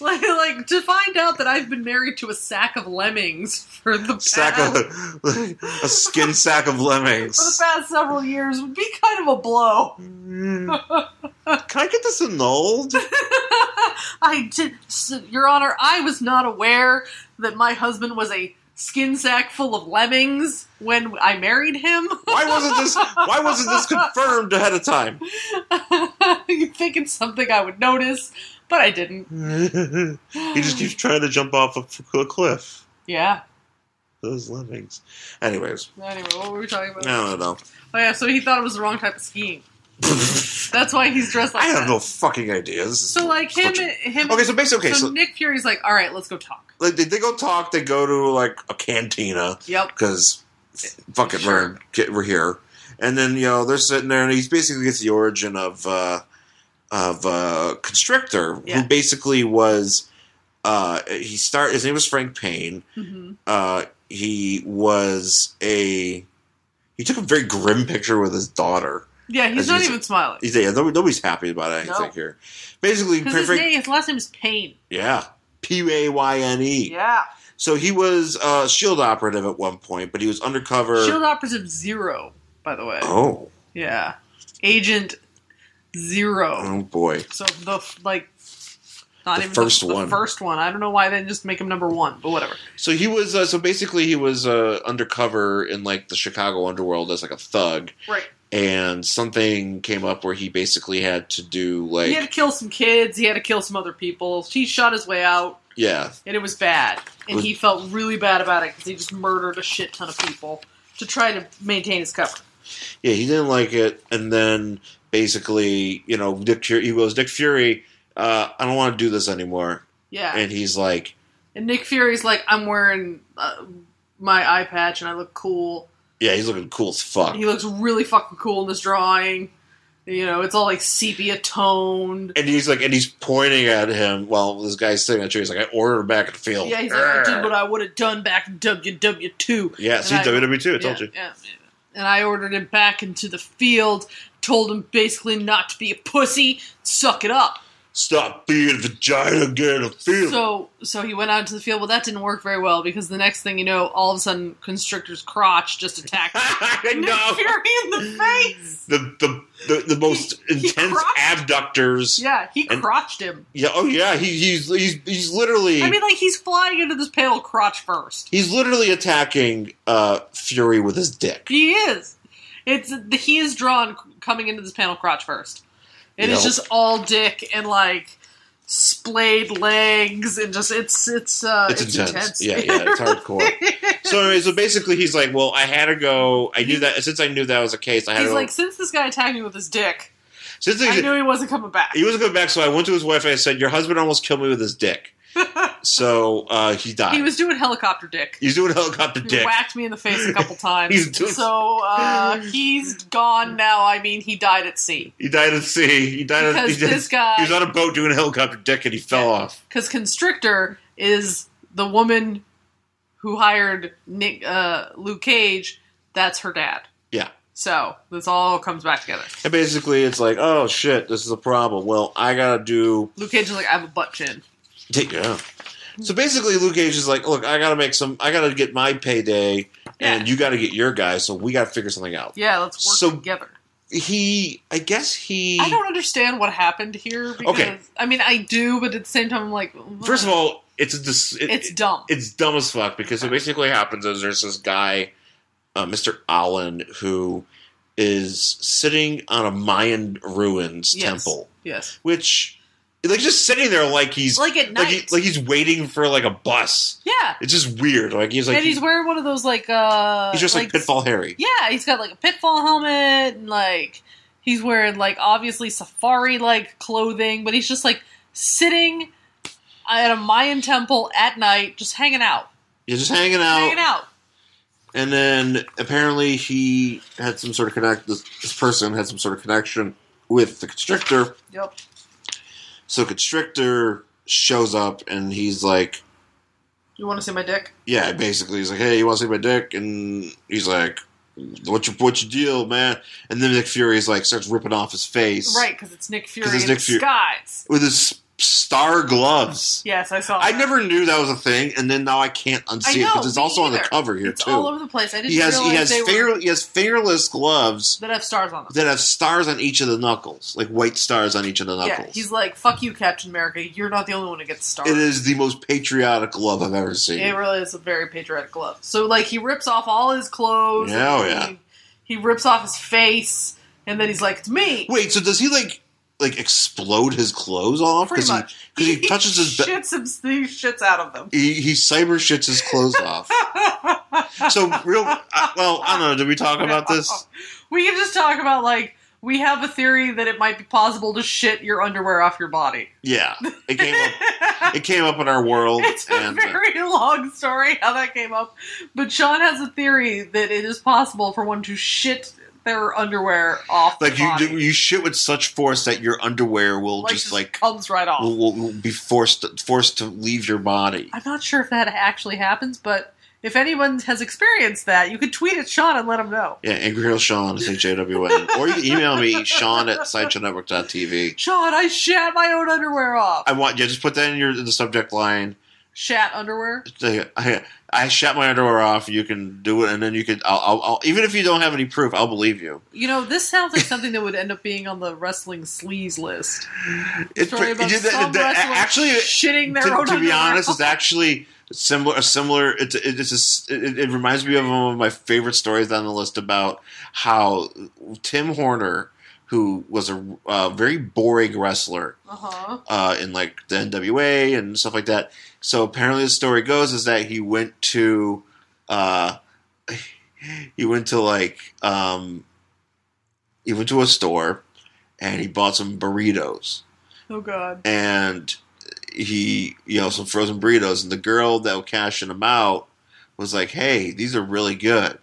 Speaker 1: like like to find out that I've been married to a sack of lemmings for the past,
Speaker 2: sack of a skin sack of lemmings.
Speaker 1: for the past several years would be kind of a blow.
Speaker 2: Mm. Can I get this annulled?
Speaker 1: I did, s- Your Honor, I was not aware that my husband was a skin sack full of lemmings when I married him.
Speaker 2: Why wasn't this? Why wasn't this confirmed ahead of time?
Speaker 1: (laughs) you thinking something I would notice, but I didn't.
Speaker 2: he just keeps trying to jump off a, a cliff.
Speaker 1: (sighs) Yeah.
Speaker 2: Those lemmings. Anyways,
Speaker 1: Anyway, what were we talking
Speaker 2: I
Speaker 1: about?
Speaker 2: don't know. (laughs)
Speaker 1: Oh yeah, so he thought it was the wrong type of skiing. That's why he's dressed like
Speaker 2: I have
Speaker 1: that.
Speaker 2: no fucking idea. This is
Speaker 1: So like him,
Speaker 2: such a-
Speaker 1: him.
Speaker 2: Okay, so basically, okay,
Speaker 1: so,
Speaker 2: so
Speaker 1: Nick Fury's like, all right, let's go talk.
Speaker 2: like they, they go talk. They go to like a cantina
Speaker 1: Yep.
Speaker 2: because fuck it,
Speaker 1: Sure.
Speaker 2: we're get, we're here. And then you know they're sitting there, and he basically gets the origin of uh, of uh, Constrictor,
Speaker 1: Yeah.
Speaker 2: who basically was uh, he start his name was Frank Payne.
Speaker 1: hmm
Speaker 2: Uh, he was a he took a very grim picture with his daughter.
Speaker 1: Yeah, he's
Speaker 2: As
Speaker 1: not
Speaker 2: he's-
Speaker 1: even smiling
Speaker 2: He's yeah, nobody- nobody's happy about anything
Speaker 1: No.
Speaker 2: here. Basically,
Speaker 1: because his
Speaker 2: Frank-
Speaker 1: name, his last name is Payne.
Speaker 2: yeah, P A Y N E.
Speaker 1: Yeah.
Speaker 2: So he was a shield operative at one point, but he was undercover.
Speaker 1: Shield operative zero, by the way.
Speaker 2: oh,
Speaker 1: Yeah. Agent zero.
Speaker 2: oh boy.
Speaker 1: So the f- like, not
Speaker 2: The
Speaker 1: even
Speaker 2: first
Speaker 1: the,
Speaker 2: one.
Speaker 1: The first one. I don't know why they didn't just make him number one, but whatever.
Speaker 2: So he was. Uh, so basically, he was uh, undercover in like the Chicago underworld as like a thug,
Speaker 1: Right.
Speaker 2: and something came up where he basically had to do like
Speaker 1: he had to kill some kids. He had to kill some other people. He shot his way out,
Speaker 2: yeah,
Speaker 1: and it was bad. And
Speaker 2: Was-
Speaker 1: he felt really bad about it because he just murdered a shit ton of people to try to maintain his cover.
Speaker 2: yeah. He didn't like it, and then basically, you know, Dick Fury. He goes, Dick Fury. Uh, I don't want to do this anymore,
Speaker 1: Yeah. And,
Speaker 2: and he's like,
Speaker 1: Nick Fury's like, I'm wearing uh, my eye patch and I look cool.
Speaker 2: yeah, he's looking cool as fuck.
Speaker 1: He looks really fucking cool in this drawing. You know, it's all like sepia toned.
Speaker 2: And he's like, and he's pointing at him while this guy's sitting at the tree. He's like, I ordered him back at the field.
Speaker 1: Yeah, he's like, I did
Speaker 2: Arr.
Speaker 1: what I would have done back in WW two.
Speaker 2: Yeah, see,
Speaker 1: I-
Speaker 2: WWE too, I told
Speaker 1: yeah,
Speaker 2: you.
Speaker 1: yeah, yeah. And I ordered him back into the field, told him basically not to be a pussy, suck it up.
Speaker 2: Stop being a vagina, get in the field.
Speaker 1: So so he went out into the field. Well, that didn't work very well because the next thing you know, all of a sudden, Constrictor's crotch just attacked
Speaker 2: (laughs) (laughs) I
Speaker 1: Nick
Speaker 2: know.
Speaker 1: Fury in the face.
Speaker 2: The, the, the, the most
Speaker 1: He- he
Speaker 2: intense
Speaker 1: crotched-
Speaker 2: abductors. Yeah.
Speaker 1: Yeah, he
Speaker 2: And-
Speaker 1: crotched him.
Speaker 2: oh yeah, he, he's, he's, he's literally,
Speaker 1: I mean, like he's flying into this panel crotch first.
Speaker 2: he's literally attacking uh, Fury with his dick.
Speaker 1: He is. It's he is drawn coming into this panel crotch first. It is
Speaker 2: Yep.
Speaker 1: just all dick and like splayed legs and just it's it's uh
Speaker 2: It's, intense.
Speaker 1: (laughs)
Speaker 2: Yeah, yeah, it's hardcore. so, anyway, so basically, he's like, well, I had to go. I knew that since I knew that was a case. I had
Speaker 1: He's
Speaker 2: to go.
Speaker 1: like, since this guy attacked me with his dick,
Speaker 2: So this
Speaker 1: I
Speaker 2: (laughs) is,
Speaker 1: knew he wasn't coming back.
Speaker 2: he wasn't going back, so I went to his wife and I said, "Your husband almost killed me with
Speaker 1: (laughs)
Speaker 2: his dick." so uh, he died.
Speaker 1: He was doing helicopter dick.
Speaker 2: He's doing helicopter
Speaker 1: He
Speaker 2: dick.
Speaker 1: whacked me in the face a
Speaker 2: (laughs)
Speaker 1: couple times.
Speaker 2: He's doing-
Speaker 1: so
Speaker 2: (laughs)
Speaker 1: uh, he's gone now. I mean, he died at sea
Speaker 2: He died at sea. He died. at-
Speaker 1: because
Speaker 2: he, died-
Speaker 1: this
Speaker 2: he was
Speaker 1: guy,
Speaker 2: on a boat doing a helicopter dick, and he fell
Speaker 1: Yeah.
Speaker 2: off.
Speaker 1: because Constrictor is the woman who hired Nick uh, Luke Cage. That's her dad.
Speaker 2: Yeah.
Speaker 1: So this all comes back together.
Speaker 2: And basically, it's like, oh shit, this is a problem. Well, I gotta do.
Speaker 1: Luke Cage is like, I have a butt chin.
Speaker 2: Take yeah. So basically, Luke Cage is like, look, I gotta make some. I gotta get my payday,
Speaker 1: Yeah.
Speaker 2: and you gotta get your guy. So we gotta figure something out.
Speaker 1: yeah, let's work
Speaker 2: So-
Speaker 1: together.
Speaker 2: He, I guess he.
Speaker 1: I don't understand what happened here because
Speaker 2: Okay.
Speaker 1: I mean I do, but at the same time I'm like
Speaker 2: First of all, it's a dis- it-
Speaker 1: it's dumb.
Speaker 2: it's dumb as fuck because what basically happens is there's this guy, uh, Mr. Allen, who is sitting on a Mayan ruins
Speaker 1: Yes.
Speaker 2: temple,
Speaker 1: yes.
Speaker 2: which like just sitting there like he's like,
Speaker 1: Like at
Speaker 2: he-
Speaker 1: night.
Speaker 2: like he's waiting for like a bus.
Speaker 1: yeah.
Speaker 2: It's just weird. Like he's like
Speaker 1: and he's wearing one of those like uh
Speaker 2: he's just like, Pitfall Harry.
Speaker 1: Yeah, he's got like a pitfall helmet and like he's wearing like obviously safari like clothing, but he's just like sitting at a Mayan temple at night, just hanging out.
Speaker 2: He's just hanging out,
Speaker 1: Hanging out.
Speaker 2: and then apparently he had some sort of connect. This, this person had some sort of connection with the constrictor.
Speaker 1: Yep.
Speaker 2: So Constrictor shows up and he's like,
Speaker 1: You wanna see my dick?
Speaker 2: yeah, basically he's like, hey, you want to see my dick? And he's like, what's your what's your deal, man? And then Nick Fury's like starts ripping off his face,
Speaker 1: Right, because it's Nick Fury
Speaker 2: 'Cause it's
Speaker 1: in
Speaker 2: Nick Fury.
Speaker 1: disguise.
Speaker 2: with his star gloves.
Speaker 1: Yes, I saw.
Speaker 2: I
Speaker 1: that.
Speaker 2: never knew that was a thing, and then now I can't unsee it
Speaker 1: know,
Speaker 2: because it's
Speaker 1: me
Speaker 2: also on the
Speaker 1: either.
Speaker 2: cover here
Speaker 1: It's
Speaker 2: too.
Speaker 1: all over the place. I didn't
Speaker 2: he has he
Speaker 1: realize
Speaker 2: has
Speaker 1: they
Speaker 2: fair
Speaker 1: were,
Speaker 2: he has fearless gloves
Speaker 1: that have stars on them.
Speaker 2: that have stars on each of the knuckles, like white stars on each of the
Speaker 1: Yeah,
Speaker 2: knuckles.
Speaker 1: he's like, "Fuck you, Captain America. You're not the only one who gets stars."
Speaker 2: it is the most patriotic glove I've ever seen.
Speaker 1: It really is a very patriotic glove. So like, he rips off all his clothes.
Speaker 2: Yeah, oh,
Speaker 1: and
Speaker 2: yeah.
Speaker 1: He, he rips off his face, and then he's like, "It's me."
Speaker 2: Wait, so does he like like explode his clothes off?
Speaker 1: Pretty
Speaker 2: he
Speaker 1: much. (laughs)
Speaker 2: because he touches his ba-
Speaker 1: shits him, he shits out of
Speaker 2: (laughs)
Speaker 1: them.
Speaker 2: he, he cyber shits his clothes off.
Speaker 1: (laughs)
Speaker 2: So real uh, well, I don't know. Did we talk about this?
Speaker 1: We can just talk about like we have a theory that it might be possible to shit your underwear off your body. (laughs)
Speaker 2: Yeah, it came up. It came up in our world,
Speaker 1: It's a
Speaker 2: and uh,
Speaker 1: very long story how that came up. But Sean has a theory that it is possible for one to shit their underwear off.
Speaker 2: like
Speaker 1: the
Speaker 2: you
Speaker 1: body.
Speaker 2: do, you shit with such force that your underwear will
Speaker 1: Like,
Speaker 2: just like
Speaker 1: comes right off.
Speaker 2: will, will, will be forced forced to leave your body.
Speaker 1: I'm not sure if that actually happens, but if anyone has experienced that, you could tweet at Sean and let him know.
Speaker 2: Yeah, Angry Hill Sean is HAWN. Or you can email me, (laughs) Sean at SideshowNetwork.tv.
Speaker 1: Sean, I shat my own underwear off.
Speaker 2: I want, yeah, just put that in your in the subject line.
Speaker 1: shat underwear.
Speaker 2: I, I, I shut my underwear off. You can do it, and then you could. I'll, I'll, I'll even if you don't have any proof, I'll believe you.
Speaker 1: You know, this sounds like something that would end up being on the wrestling sleaze list.
Speaker 2: It's
Speaker 1: Story
Speaker 2: pre-
Speaker 1: about
Speaker 2: you- that-
Speaker 1: some
Speaker 2: that-
Speaker 1: wrestler
Speaker 2: actually to,
Speaker 1: shitting their own
Speaker 2: to be
Speaker 1: underwear (laughs)
Speaker 2: honest,
Speaker 1: off.
Speaker 2: it's actually similar. A similar. It's it, it's a s it, it reminds me of one of my favorite stories on the list about how Tim Horner, who was a uh, very boring wrestler,
Speaker 1: Uh-huh.
Speaker 2: uh, in like the NWA and stuff like that. So apparently, the story goes is that he went to, uh, (laughs) he went to like, um, he went to a store and he bought some burritos
Speaker 1: Oh, God.
Speaker 2: and he, you know, some frozen burritos. And the girl that was cashing them out was like, "Hey, these are really good."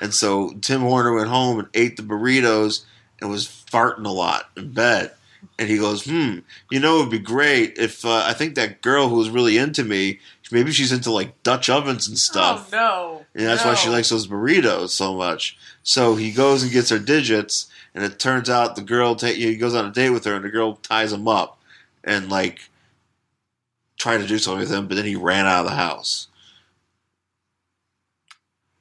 Speaker 2: And so Tim Horner went home and ate the burritos and was farting a lot in bed. And he goes, "Hmm, you know, it would be great if uh, I think that girl who was really into me, maybe she's into like Dutch ovens and stuff."
Speaker 1: Oh, no.
Speaker 2: And that's why she
Speaker 1: No.
Speaker 2: likes those burritos so much. So he goes and gets her digits, and it turns out the girl ta- he goes on a date with her, and the girl ties him up and like tried to do something with him, but then he ran out of the house.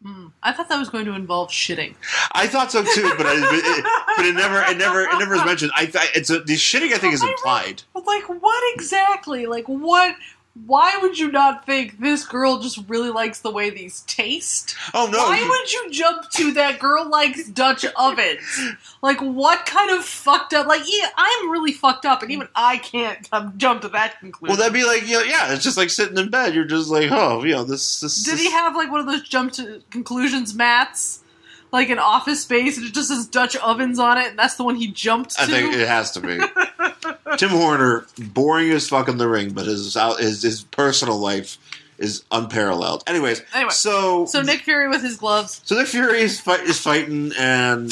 Speaker 1: Mm. I thought that was going to involve shitting.
Speaker 2: I thought so too, but I, but, it, but it never, it never, it never is mentioned. I, I it's a, the shitting I think is implied.
Speaker 1: But, like, what exactly? Like, what? Why would you not think this girl just really likes the way these taste?
Speaker 2: Oh no!
Speaker 1: Why
Speaker 2: he-
Speaker 1: would you jump to that girl likes Dutch ovens? Like, what kind of fucked up? Like, yeah, I'm really fucked up, and even I can't um, jump to that conclusion.
Speaker 2: well, that'd be like, you know, yeah, it's just like sitting in bed. You're just like, oh, you know, this. this
Speaker 1: Did
Speaker 2: this-
Speaker 1: he have like one of those jump to conclusions mats? like an office space and it just says Dutch ovens on it, and that's the one he jumped to.
Speaker 2: I think it has to
Speaker 1: (laughs)
Speaker 2: be. Tim Horner, boring as fuck in the ring, but his his, his personal life is unparalleled. Anyways,
Speaker 1: Anyway,
Speaker 2: so
Speaker 1: so Nick Fury with his gloves.
Speaker 2: so Nick Fury is, fight, is fighting and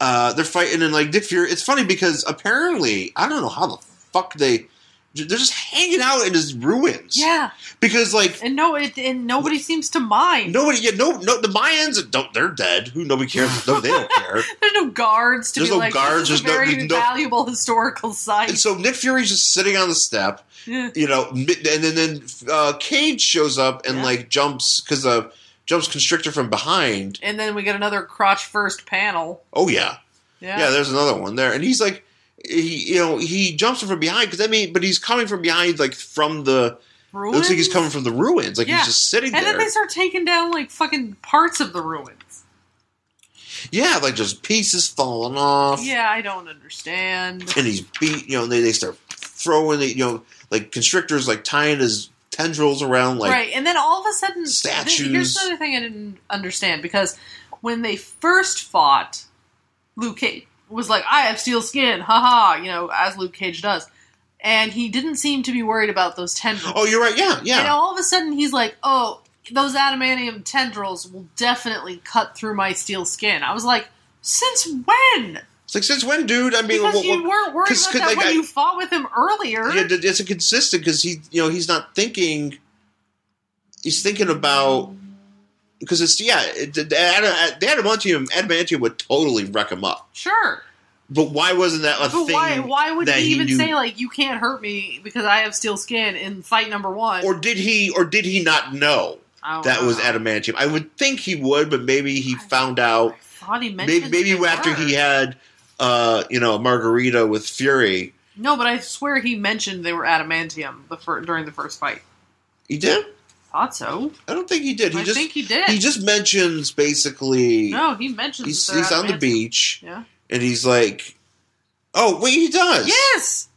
Speaker 2: uh, they're fighting and like Nick Fury. It's funny because apparently I don't know how the fuck they they're just hanging out in his ruins.
Speaker 1: Yeah,
Speaker 2: because like
Speaker 1: and no, it, and nobody seems to mind.
Speaker 2: nobody, yeah, no, no, the Mayans don't. They're dead. Who nobody cares. No, they
Speaker 1: (laughs)
Speaker 2: don't care.
Speaker 1: There's no guards to
Speaker 2: There's
Speaker 1: be
Speaker 2: no
Speaker 1: like.
Speaker 2: guards,
Speaker 1: This is a
Speaker 2: there's no-
Speaker 1: very
Speaker 2: there's no-
Speaker 1: valuable (laughs) historical
Speaker 2: And
Speaker 1: site.
Speaker 2: so Nick Fury's just sitting on the step.
Speaker 1: Yeah.
Speaker 2: you know, mid- and then then uh, Cage shows up and
Speaker 1: Yeah.
Speaker 2: like jumps because uh, jumps Constrictor from behind.
Speaker 1: and then we get another crotch first panel.
Speaker 2: Oh yeah.
Speaker 1: Yeah,
Speaker 2: yeah, There's another one there, and he's like, he you know he jumps him from behind because I mean, but he's coming from behind like from the it
Speaker 1: ruins.
Speaker 2: looks like he's coming from the ruins, like
Speaker 1: Yeah.
Speaker 2: he's just sitting
Speaker 1: and
Speaker 2: there.
Speaker 1: then they start taking down like fucking parts of the ruins.
Speaker 2: yeah, like just pieces falling off.
Speaker 1: Yeah, I don't understand.
Speaker 2: and he's beat. You know, they they start throwing the you know like Constrictor's like tying his tendrils around like
Speaker 1: right, and then all of a sudden, th-
Speaker 2: Statues.
Speaker 1: here's another thing I didn't understand because when they first fought, Luke Cage was like, "I have steel skin, haha," you know, as Luke Cage does, and he didn't seem to be worried about those tendrils.
Speaker 2: oh, you're right. Yeah,
Speaker 1: And
Speaker 2: yeah.
Speaker 1: all of a sudden, he's like, "Oh, those adamantium tendrils will definitely cut through my steel skin." I was like, "Since when?"
Speaker 2: It's like since when, dude? I mean,
Speaker 1: Because
Speaker 2: what- what-
Speaker 1: you weren't worried
Speaker 2: 'cause-
Speaker 1: about
Speaker 2: 'cause,
Speaker 1: that
Speaker 2: like,
Speaker 1: when
Speaker 2: I-
Speaker 1: you fought with him earlier.
Speaker 2: Yeah, th- it's inconsistent because he, you know, he's not thinking. He's thinking about because it's yeah, it, the, the ad- the adamantium adamantium would totally wreck him up.
Speaker 1: sure.
Speaker 2: But why wasn't that a
Speaker 1: But
Speaker 2: thing?
Speaker 1: why? Why would
Speaker 2: that
Speaker 1: he even
Speaker 2: knew-
Speaker 1: say like you can't hurt me because I have steel skin in fight number one?
Speaker 2: Or did he? Or did he not know
Speaker 1: I don't
Speaker 2: that was
Speaker 1: know.
Speaker 2: adamantium? I would think he would, but maybe he found out.
Speaker 1: Ah. I thought he
Speaker 2: Maybe,
Speaker 1: mentioned
Speaker 2: maybe
Speaker 1: they
Speaker 2: after
Speaker 1: were.
Speaker 2: he had, uh, you know, a margarita with Fury,
Speaker 1: No, but I swear he mentioned they were adamantium the fir- during the first fight.
Speaker 2: he did.
Speaker 1: Thought so.
Speaker 2: I don't think he did. He
Speaker 1: I
Speaker 2: just
Speaker 1: think he did.
Speaker 2: he just mentions basically.
Speaker 1: no, he mentioned
Speaker 2: he's
Speaker 1: that they're
Speaker 2: he's on the
Speaker 1: adamantium.
Speaker 2: beach.
Speaker 1: Yeah.
Speaker 2: and he's like, "Oh, wait, he does.
Speaker 1: Yes.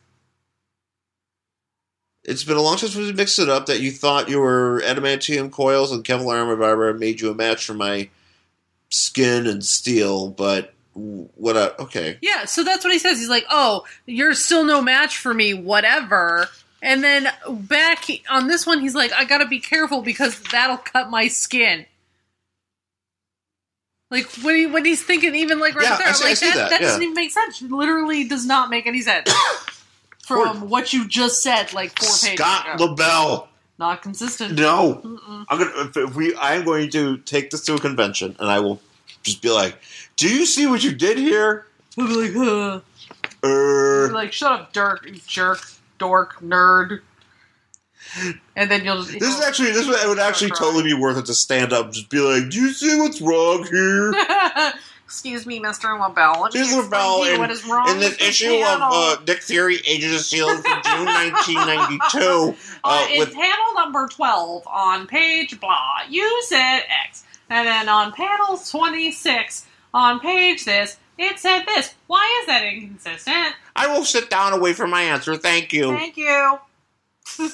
Speaker 2: It's been a long time since we mixed it up. That you thought you were adamantium coils and Kevlar armor barber made you a match for my skin and steel, but what? A, okay,
Speaker 1: Yeah, so that's what he says. He's like, "Oh, you're still no match for me, whatever." And then back on this one, he's like, "I gotta be careful because that'll cut my skin." Like when he when he's thinking, even like right
Speaker 2: Yeah,
Speaker 1: there,
Speaker 2: I
Speaker 1: I'm
Speaker 2: see- I
Speaker 1: like
Speaker 2: see
Speaker 1: that,
Speaker 2: that,
Speaker 1: that,
Speaker 2: yeah.
Speaker 1: doesn't even make sense. It literally does not make any
Speaker 2: (coughs)
Speaker 1: sense from what you just said, like four pages
Speaker 2: Scott
Speaker 1: ago.
Speaker 2: LaBelle.
Speaker 1: not consistent.
Speaker 2: No,
Speaker 1: Mm-mm.
Speaker 2: I'm gonna. If, if we, I'm going to take this to a convention, and I will just be like, "Do you see what you did here?"
Speaker 1: I'd be like, "Huh." You're
Speaker 2: Er,
Speaker 1: like, shut up, jerk, jerk, dork, nerd. And then you'll just
Speaker 2: this is actually this would, it would actually totally be worth it to stand up, and just be like, "Do you see what's wrong here?"
Speaker 1: Excuse me, Mr. LaBelle. Let me
Speaker 2: Mr.
Speaker 1: explain
Speaker 2: LaBelle
Speaker 1: to you
Speaker 2: and-
Speaker 1: what is wrong
Speaker 2: In this
Speaker 1: with this
Speaker 2: issue of
Speaker 1: panel.
Speaker 2: uh, Nick Fury, Agents of S.H.I.E.L.D. E from
Speaker 1: (laughs)
Speaker 2: June 1992, uh,
Speaker 1: Uh, in
Speaker 2: with
Speaker 1: panel number 12 on page blah, use it X. And then on panel 26 on page this, it said this. Why is that inconsistent?
Speaker 2: I will sit down and wait for my answer. Thank you.
Speaker 1: Thank you. (laughs)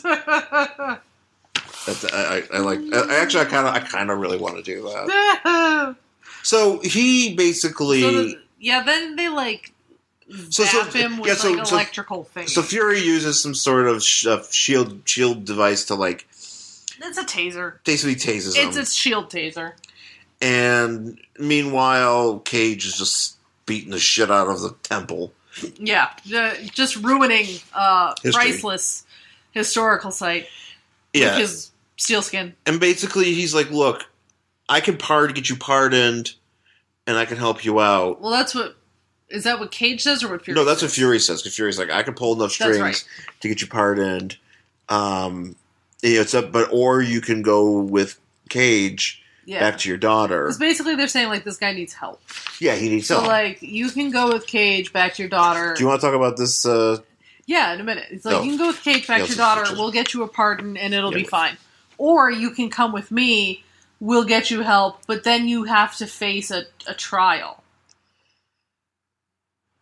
Speaker 2: That's, I, I, I like. I, actually, I kind of, I kind of really want to do that. So he basically,
Speaker 1: So
Speaker 2: so,
Speaker 1: the, yeah, then they like
Speaker 2: So- so-
Speaker 1: zap him with
Speaker 2: yeah, so-
Speaker 1: like
Speaker 2: so-
Speaker 1: electrical things.
Speaker 2: Fury uses some sort of sh- uh, shield shield device to like
Speaker 1: it's a taser.
Speaker 2: basically tases
Speaker 1: It's
Speaker 2: him.
Speaker 1: a shield taser.
Speaker 2: and meanwhile, Cage is just beating the shit out of the temple.
Speaker 1: Yeah, the- just ruining uh,
Speaker 2: History.
Speaker 1: priceless historical site
Speaker 2: Yeah,
Speaker 1: with his steel skin.
Speaker 2: and basically he's like, "Look, I can pardon, get you pardoned, and I can help you out."
Speaker 1: Well, that's what is that what Cage says or what Fury?
Speaker 2: No, that's
Speaker 1: says?
Speaker 2: what Fury says. Because Fury's like, I can pull enough
Speaker 1: That's
Speaker 2: strings
Speaker 1: right.
Speaker 2: to get you pardoned. Um, you know, it's up, but or you can go with Cage
Speaker 1: yeah.
Speaker 2: back to your daughter.
Speaker 1: Because basically they're saying like this guy needs help.
Speaker 2: Yeah, he needs
Speaker 1: So
Speaker 2: help.
Speaker 1: like you can go with Cage back to your daughter.
Speaker 2: Do you want to talk about this? Uh,
Speaker 1: yeah, in a minute. It's like
Speaker 2: No.
Speaker 1: you can go with Cage back
Speaker 2: Yeah,
Speaker 1: to your
Speaker 2: it's
Speaker 1: daughter.
Speaker 2: just- just-
Speaker 1: We'll get you a pardon and it'll
Speaker 2: Yeah,
Speaker 1: be
Speaker 2: but-
Speaker 1: fine. Or you can come with me. We'll get you help, but then you have to face a, a trial.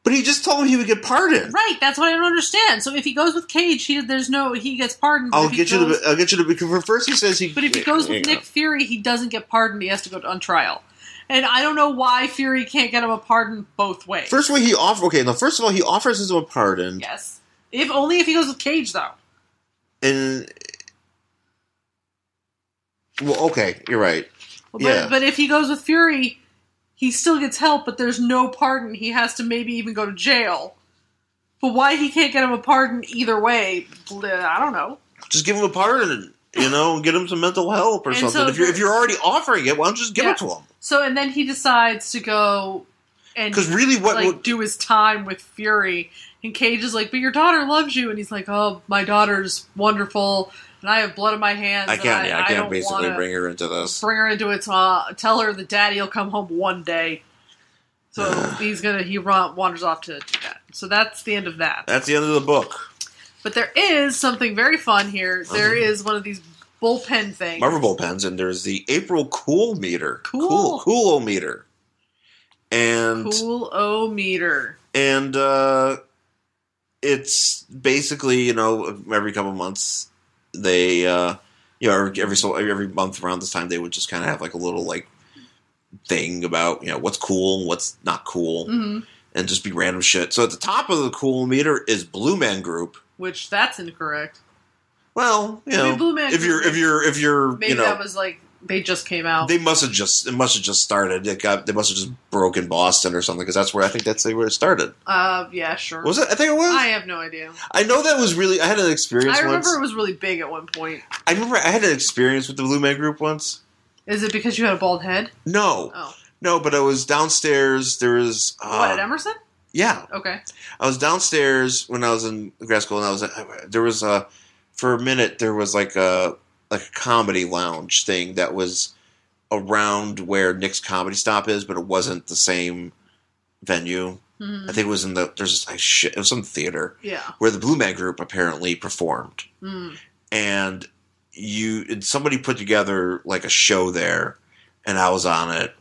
Speaker 2: but he just told him he would get pardoned.
Speaker 1: Right, that's what I don't understand. So if he goes with Cage, he there's no he gets pardoned. but
Speaker 2: I'll
Speaker 1: if he
Speaker 2: get you.
Speaker 1: goes-
Speaker 2: The, I'll get you the. Because first he says he.
Speaker 1: But if he goes with
Speaker 2: Hang
Speaker 1: Nick
Speaker 2: on.
Speaker 1: Fury, he doesn't get pardoned. He has to go on trial. and I don't know why Fury can't get him a pardon both ways.
Speaker 2: First of all, he offers. Okay, now first of all, he offers him a pardon,
Speaker 1: yes, if only if he goes with Cage though.
Speaker 2: and well, okay, you're right.
Speaker 1: But,
Speaker 2: Yeah.
Speaker 1: but if he goes with Fury, he still gets help, but there's no pardon. He has to maybe even go to jail. But why he can't get him a pardon either way, bleh, I don't know.
Speaker 2: Just give him a pardon, you know, and get him some mental help or
Speaker 1: And
Speaker 2: something.
Speaker 1: so
Speaker 2: if you're
Speaker 1: the-
Speaker 2: if you're already offering it, why don't you just give
Speaker 1: Yeah.
Speaker 2: it to him?
Speaker 1: So and then he decides to go and
Speaker 2: Because really, what,
Speaker 1: like
Speaker 2: what
Speaker 1: do his time with Fury. And Cage is like, "But your daughter loves you," and he's like, "Oh, my daughter's wonderful, and I have blood on my hands.
Speaker 2: I can't,
Speaker 1: and
Speaker 2: yeah, I can't
Speaker 1: don't
Speaker 2: basically
Speaker 1: wanna
Speaker 2: bring her into this.
Speaker 1: bring her into it. So uh, tell her the daddy'll come home one day."
Speaker 2: (sighs)
Speaker 1: So he's gonna he ron- wanders off to do that. So that's the end of that.
Speaker 2: That's the end of the book.
Speaker 1: But there is something very fun here. There
Speaker 2: Mhm.
Speaker 1: is one of these bullpen things.
Speaker 2: Marvel bullpens, and there's the April Cool Meter,
Speaker 1: Cool.
Speaker 2: Cool Meter, and
Speaker 1: Cool O meter.
Speaker 2: and uh, it's basically you know every couple months they uh, you know every, every so every month around this time they would just kind of have like a little like thing about you know what's cool and what's not cool
Speaker 1: hmm
Speaker 2: and just be random shit. So at the top of the cool meter is Blue Man Group.
Speaker 1: Which that's incorrect.
Speaker 2: Well, you
Speaker 1: I mean,
Speaker 2: know
Speaker 1: Blue Man
Speaker 2: if you're if you're if you're
Speaker 1: maybe
Speaker 2: you know
Speaker 1: that was like they just came out.
Speaker 2: They must have just it must have just started. It got they must have just broken Boston or something because that's where I think that's where it started.
Speaker 1: uh, yeah, sure.
Speaker 2: Was it? I think it was.
Speaker 1: I
Speaker 2: I,
Speaker 1: have no idea.
Speaker 2: know that was really. I had an experience
Speaker 1: I remember
Speaker 2: once.
Speaker 1: it was really big at one point.
Speaker 2: I remember I had an experience with the Blue Man Group once.
Speaker 1: Is it because you had a bald head?
Speaker 2: No,
Speaker 1: Oh,
Speaker 2: no, but I was downstairs. There was
Speaker 1: what at
Speaker 2: uh,
Speaker 1: Emerson?
Speaker 2: yeah.
Speaker 1: Okay,
Speaker 2: I was downstairs when I was in grad school, and I was uh, there was a for a minute there was like a like a comedy lounge thing that was around where Nick's Comedy Stop is, but it wasn't the same venue.
Speaker 1: Mhm.
Speaker 2: I think it was in the there's like shit. It was some theater
Speaker 1: yeah.
Speaker 2: where the Blue Man Group apparently performed,
Speaker 1: Mm.
Speaker 2: and you and somebody put together like a show there, and I was on it,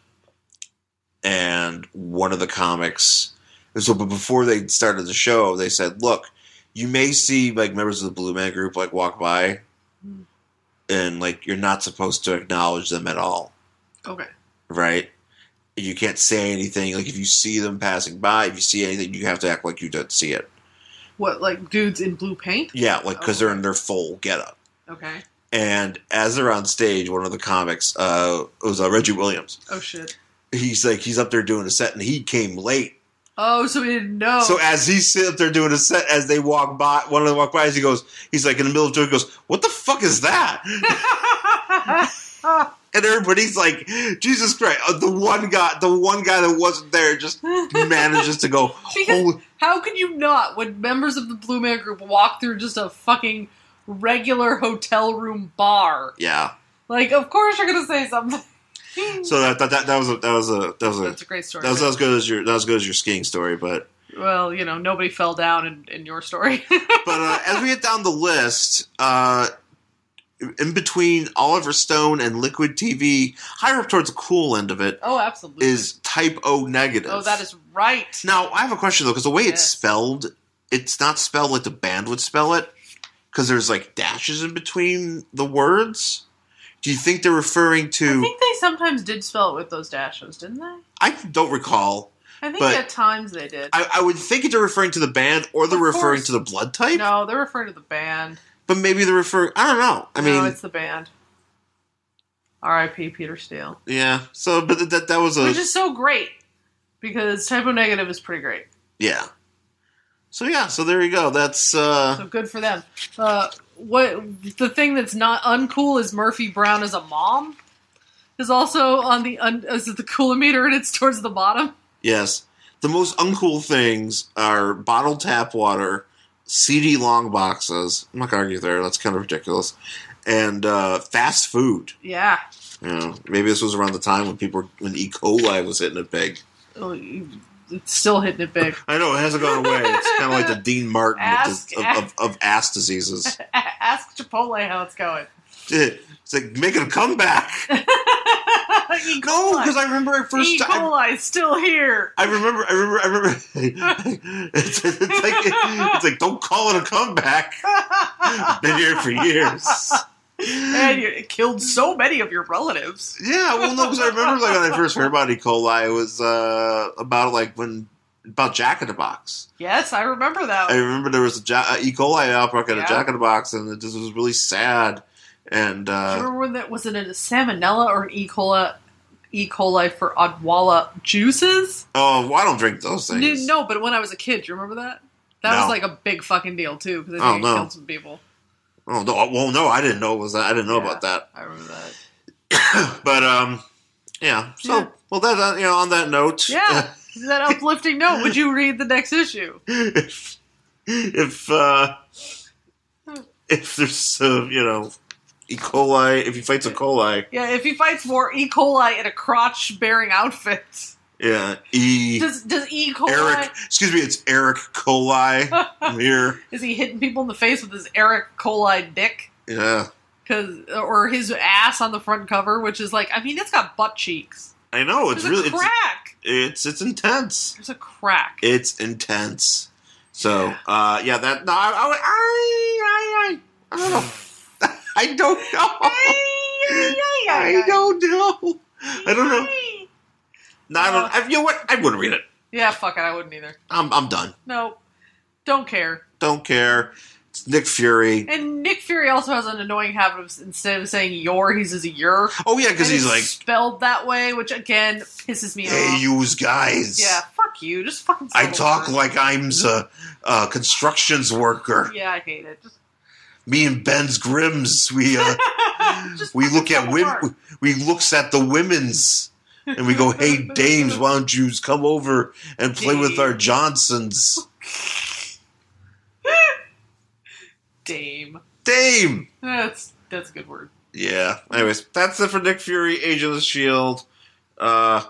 Speaker 2: and one of the comics. and So, but before they started the show, they said, "Look, you may see like members of the Blue Man Group like walk by,
Speaker 1: Hmm.
Speaker 2: and like you're not supposed to acknowledge them at all."
Speaker 1: Okay,
Speaker 2: right? You can't say anything. Like if you see them passing by, if you see anything, you have to act like you don't see it.
Speaker 1: what like dudes in blue paint?
Speaker 2: Yeah, like because they're in their full getup.
Speaker 1: Okay.
Speaker 2: And as they're on stage, one of the comics uh, it was uh, Reggie Williams.
Speaker 1: Oh shit.
Speaker 2: He's like he's up there doing a set, and he came late.
Speaker 1: Oh, so we didn't know.
Speaker 2: So as he's sitting up there doing a set, as they walk by, one of them walk by, as he goes, he's like in the middle of doing, he goes, "What the fuck is that?" (laughs) and everybody's like, "Jesus Christ!" Uh, the one guy, the one guy that wasn't
Speaker 1: (laughs)
Speaker 2: there, just manages to go,
Speaker 1: Because-
Speaker 2: "Holy
Speaker 1: (laughs) How could you not, when members of the Blue Man Group walk through just a fucking regular hotel room bar?
Speaker 2: yeah."
Speaker 1: Like, of course you're gonna say
Speaker 2: (laughs)
Speaker 1: something.
Speaker 2: So that that, that, that was a that was a that was a
Speaker 1: That's a great story.
Speaker 2: that was as good as your that was as good as your skiing story, but
Speaker 1: well, you know, nobody fell down in, in your story. (laughs)
Speaker 2: but uh, as we get down the list, uh, in between Oliver Stone and Liquid TV, higher up towards the cool end of it
Speaker 1: oh, absolutely.
Speaker 2: is Type O negative.
Speaker 1: oh, that is right.
Speaker 2: now I have a question though, because the way it's
Speaker 1: Yes.
Speaker 2: spelled, it's not spelled like the band would spell it, because there's like dashes in between the words. Do you think they're referring
Speaker 1: I
Speaker 2: to?
Speaker 1: think they sometimes did spell it with those dashes, didn't they?
Speaker 2: I don't recall.
Speaker 1: I think
Speaker 2: But-
Speaker 1: at times they did.
Speaker 2: I, I would think they're referring to the band, or they're
Speaker 1: Of
Speaker 2: referring
Speaker 1: course.
Speaker 2: to the blood type.
Speaker 1: no, they're referring to the band.
Speaker 2: But maybe they're referring. I don't know. I
Speaker 1: no,
Speaker 2: mean,
Speaker 1: it's the band. R.I.P. Peter Steele,
Speaker 2: yeah. So, but th- that that was a
Speaker 1: which is so great because typo negative is pretty great.
Speaker 2: yeah. So yeah. So there you go. That's uh
Speaker 1: So good for them. Uh, what the thing that's not uncool is Murphy Brown as a mom is also on the un, is it the coolometer and it's towards the bottom.
Speaker 2: yes. The most uncool things are bottled tap water, CD long boxes. I'm not gonna argue there. That's kind of ridiculous. And uh, fast food.
Speaker 1: Yeah,
Speaker 2: You know, maybe this was around the time when people were, when E. coli was hitting it big.
Speaker 1: Oh, you- it's still hitting it big.
Speaker 2: I know it hasn't gone away. It's kind of
Speaker 1: (laughs)
Speaker 2: like the Dean Martin
Speaker 1: Ask-
Speaker 2: of, of, of ass diseases.
Speaker 1: (laughs) (laughs) Ask Chipotle how it's (laughs) going.
Speaker 2: It's like making a comeback.
Speaker 1: E.
Speaker 2: No,
Speaker 1: coli.
Speaker 2: because I remember at first.
Speaker 1: E.
Speaker 2: I,
Speaker 1: coli is still here.
Speaker 2: I remember. I remember. I remember. (laughs) it's, it's like it's like don't call it a comeback. Been here for years.
Speaker 1: and you it killed so many of your relatives.
Speaker 2: Yeah, well, no, because I remember like when I first heard about E. coli, it was uh, about like when about Jack in the Box.
Speaker 1: Yes, I remember that.
Speaker 2: I remember there was a ja- uh, E. coli outbreak at
Speaker 1: Yeah.
Speaker 2: a Jack in the Box, and it just was really sad. And
Speaker 1: Do you
Speaker 2: uh,
Speaker 1: remember when that was it a salmonella or an E. coli? E. coli for Odwalla juices?
Speaker 2: oh, well, I don't drink those
Speaker 1: No,
Speaker 2: things.
Speaker 1: no, but when I was a kid, do you remember that? That
Speaker 2: No.
Speaker 1: was like a big fucking deal too because I
Speaker 2: Oh,
Speaker 1: think it
Speaker 2: no.
Speaker 1: killed some people.
Speaker 2: Oh no, well, no, I didn't know it was. That. I didn't know
Speaker 1: Yeah.
Speaker 2: about that. (clears throat)
Speaker 1: I remember that.
Speaker 2: but um, yeah. So
Speaker 1: Yeah.
Speaker 2: well, that uh, you know, on that note, (laughs)
Speaker 1: Yeah. Is that uplifting note? Would you read the next issue?
Speaker 2: if if uh,
Speaker 1: Hmm.
Speaker 2: if there's uh, you know E. coli, if he fights E. coli,
Speaker 1: Yeah, if he fights more E. coli in a crotch bearing outfit.
Speaker 2: yeah, E.
Speaker 1: Does does E. coli
Speaker 2: Eric, excuse me, it's Eric
Speaker 1: (laughs)
Speaker 2: coli I'm here.
Speaker 1: is he hitting people in the face with his Eric coli dick?
Speaker 2: Yeah,
Speaker 1: Cause or his ass on the front cover, which is like I mean it's got butt cheeks.
Speaker 2: I know it's
Speaker 1: There's
Speaker 2: really
Speaker 1: a
Speaker 2: it's,
Speaker 1: crack.
Speaker 2: it's it's intense.
Speaker 1: There's a crack.
Speaker 2: It's intense. So uh, yeah, that no, I I I, I, I don't know. (laughs) I don't know. I don't know. I don't know. No, I
Speaker 1: Uh.
Speaker 2: don't. I, you know what? I wouldn't read it.
Speaker 1: Yeah, fuck it, I wouldn't either.
Speaker 2: I'm I'm done.
Speaker 1: No. Don't care.
Speaker 2: Don't care. It's Nick Fury.
Speaker 1: And Nick Fury also has an annoying habit of instead of saying your, he says your.
Speaker 2: Oh yeah, because
Speaker 1: And
Speaker 2: he's
Speaker 1: it's
Speaker 2: like,
Speaker 1: spelled that way, which again pisses me
Speaker 2: hey,
Speaker 1: off.
Speaker 2: yous guys.
Speaker 1: Yeah, fuck you. Just fucking.
Speaker 2: I
Speaker 1: settle
Speaker 2: talk
Speaker 1: for it.
Speaker 2: like I'm a, a constructions worker.
Speaker 1: Yeah, I hate it. Just, (laughs)
Speaker 2: Me and Ben's Grims, we uh,
Speaker 1: just (laughs)
Speaker 2: we
Speaker 1: fucking
Speaker 2: look at
Speaker 1: settle for it.
Speaker 2: women. We looks at the women's, (laughs) and we go,
Speaker 1: (laughs)
Speaker 2: "Hey, dames, why don't you come over and play with our
Speaker 1: (laughs)
Speaker 2: Johnsons,
Speaker 1: Dame.
Speaker 2: dame."
Speaker 1: That's that's a good word.
Speaker 2: Yeah. Anyways, that's it for Nick Fury, Agent of the Shield. Uh,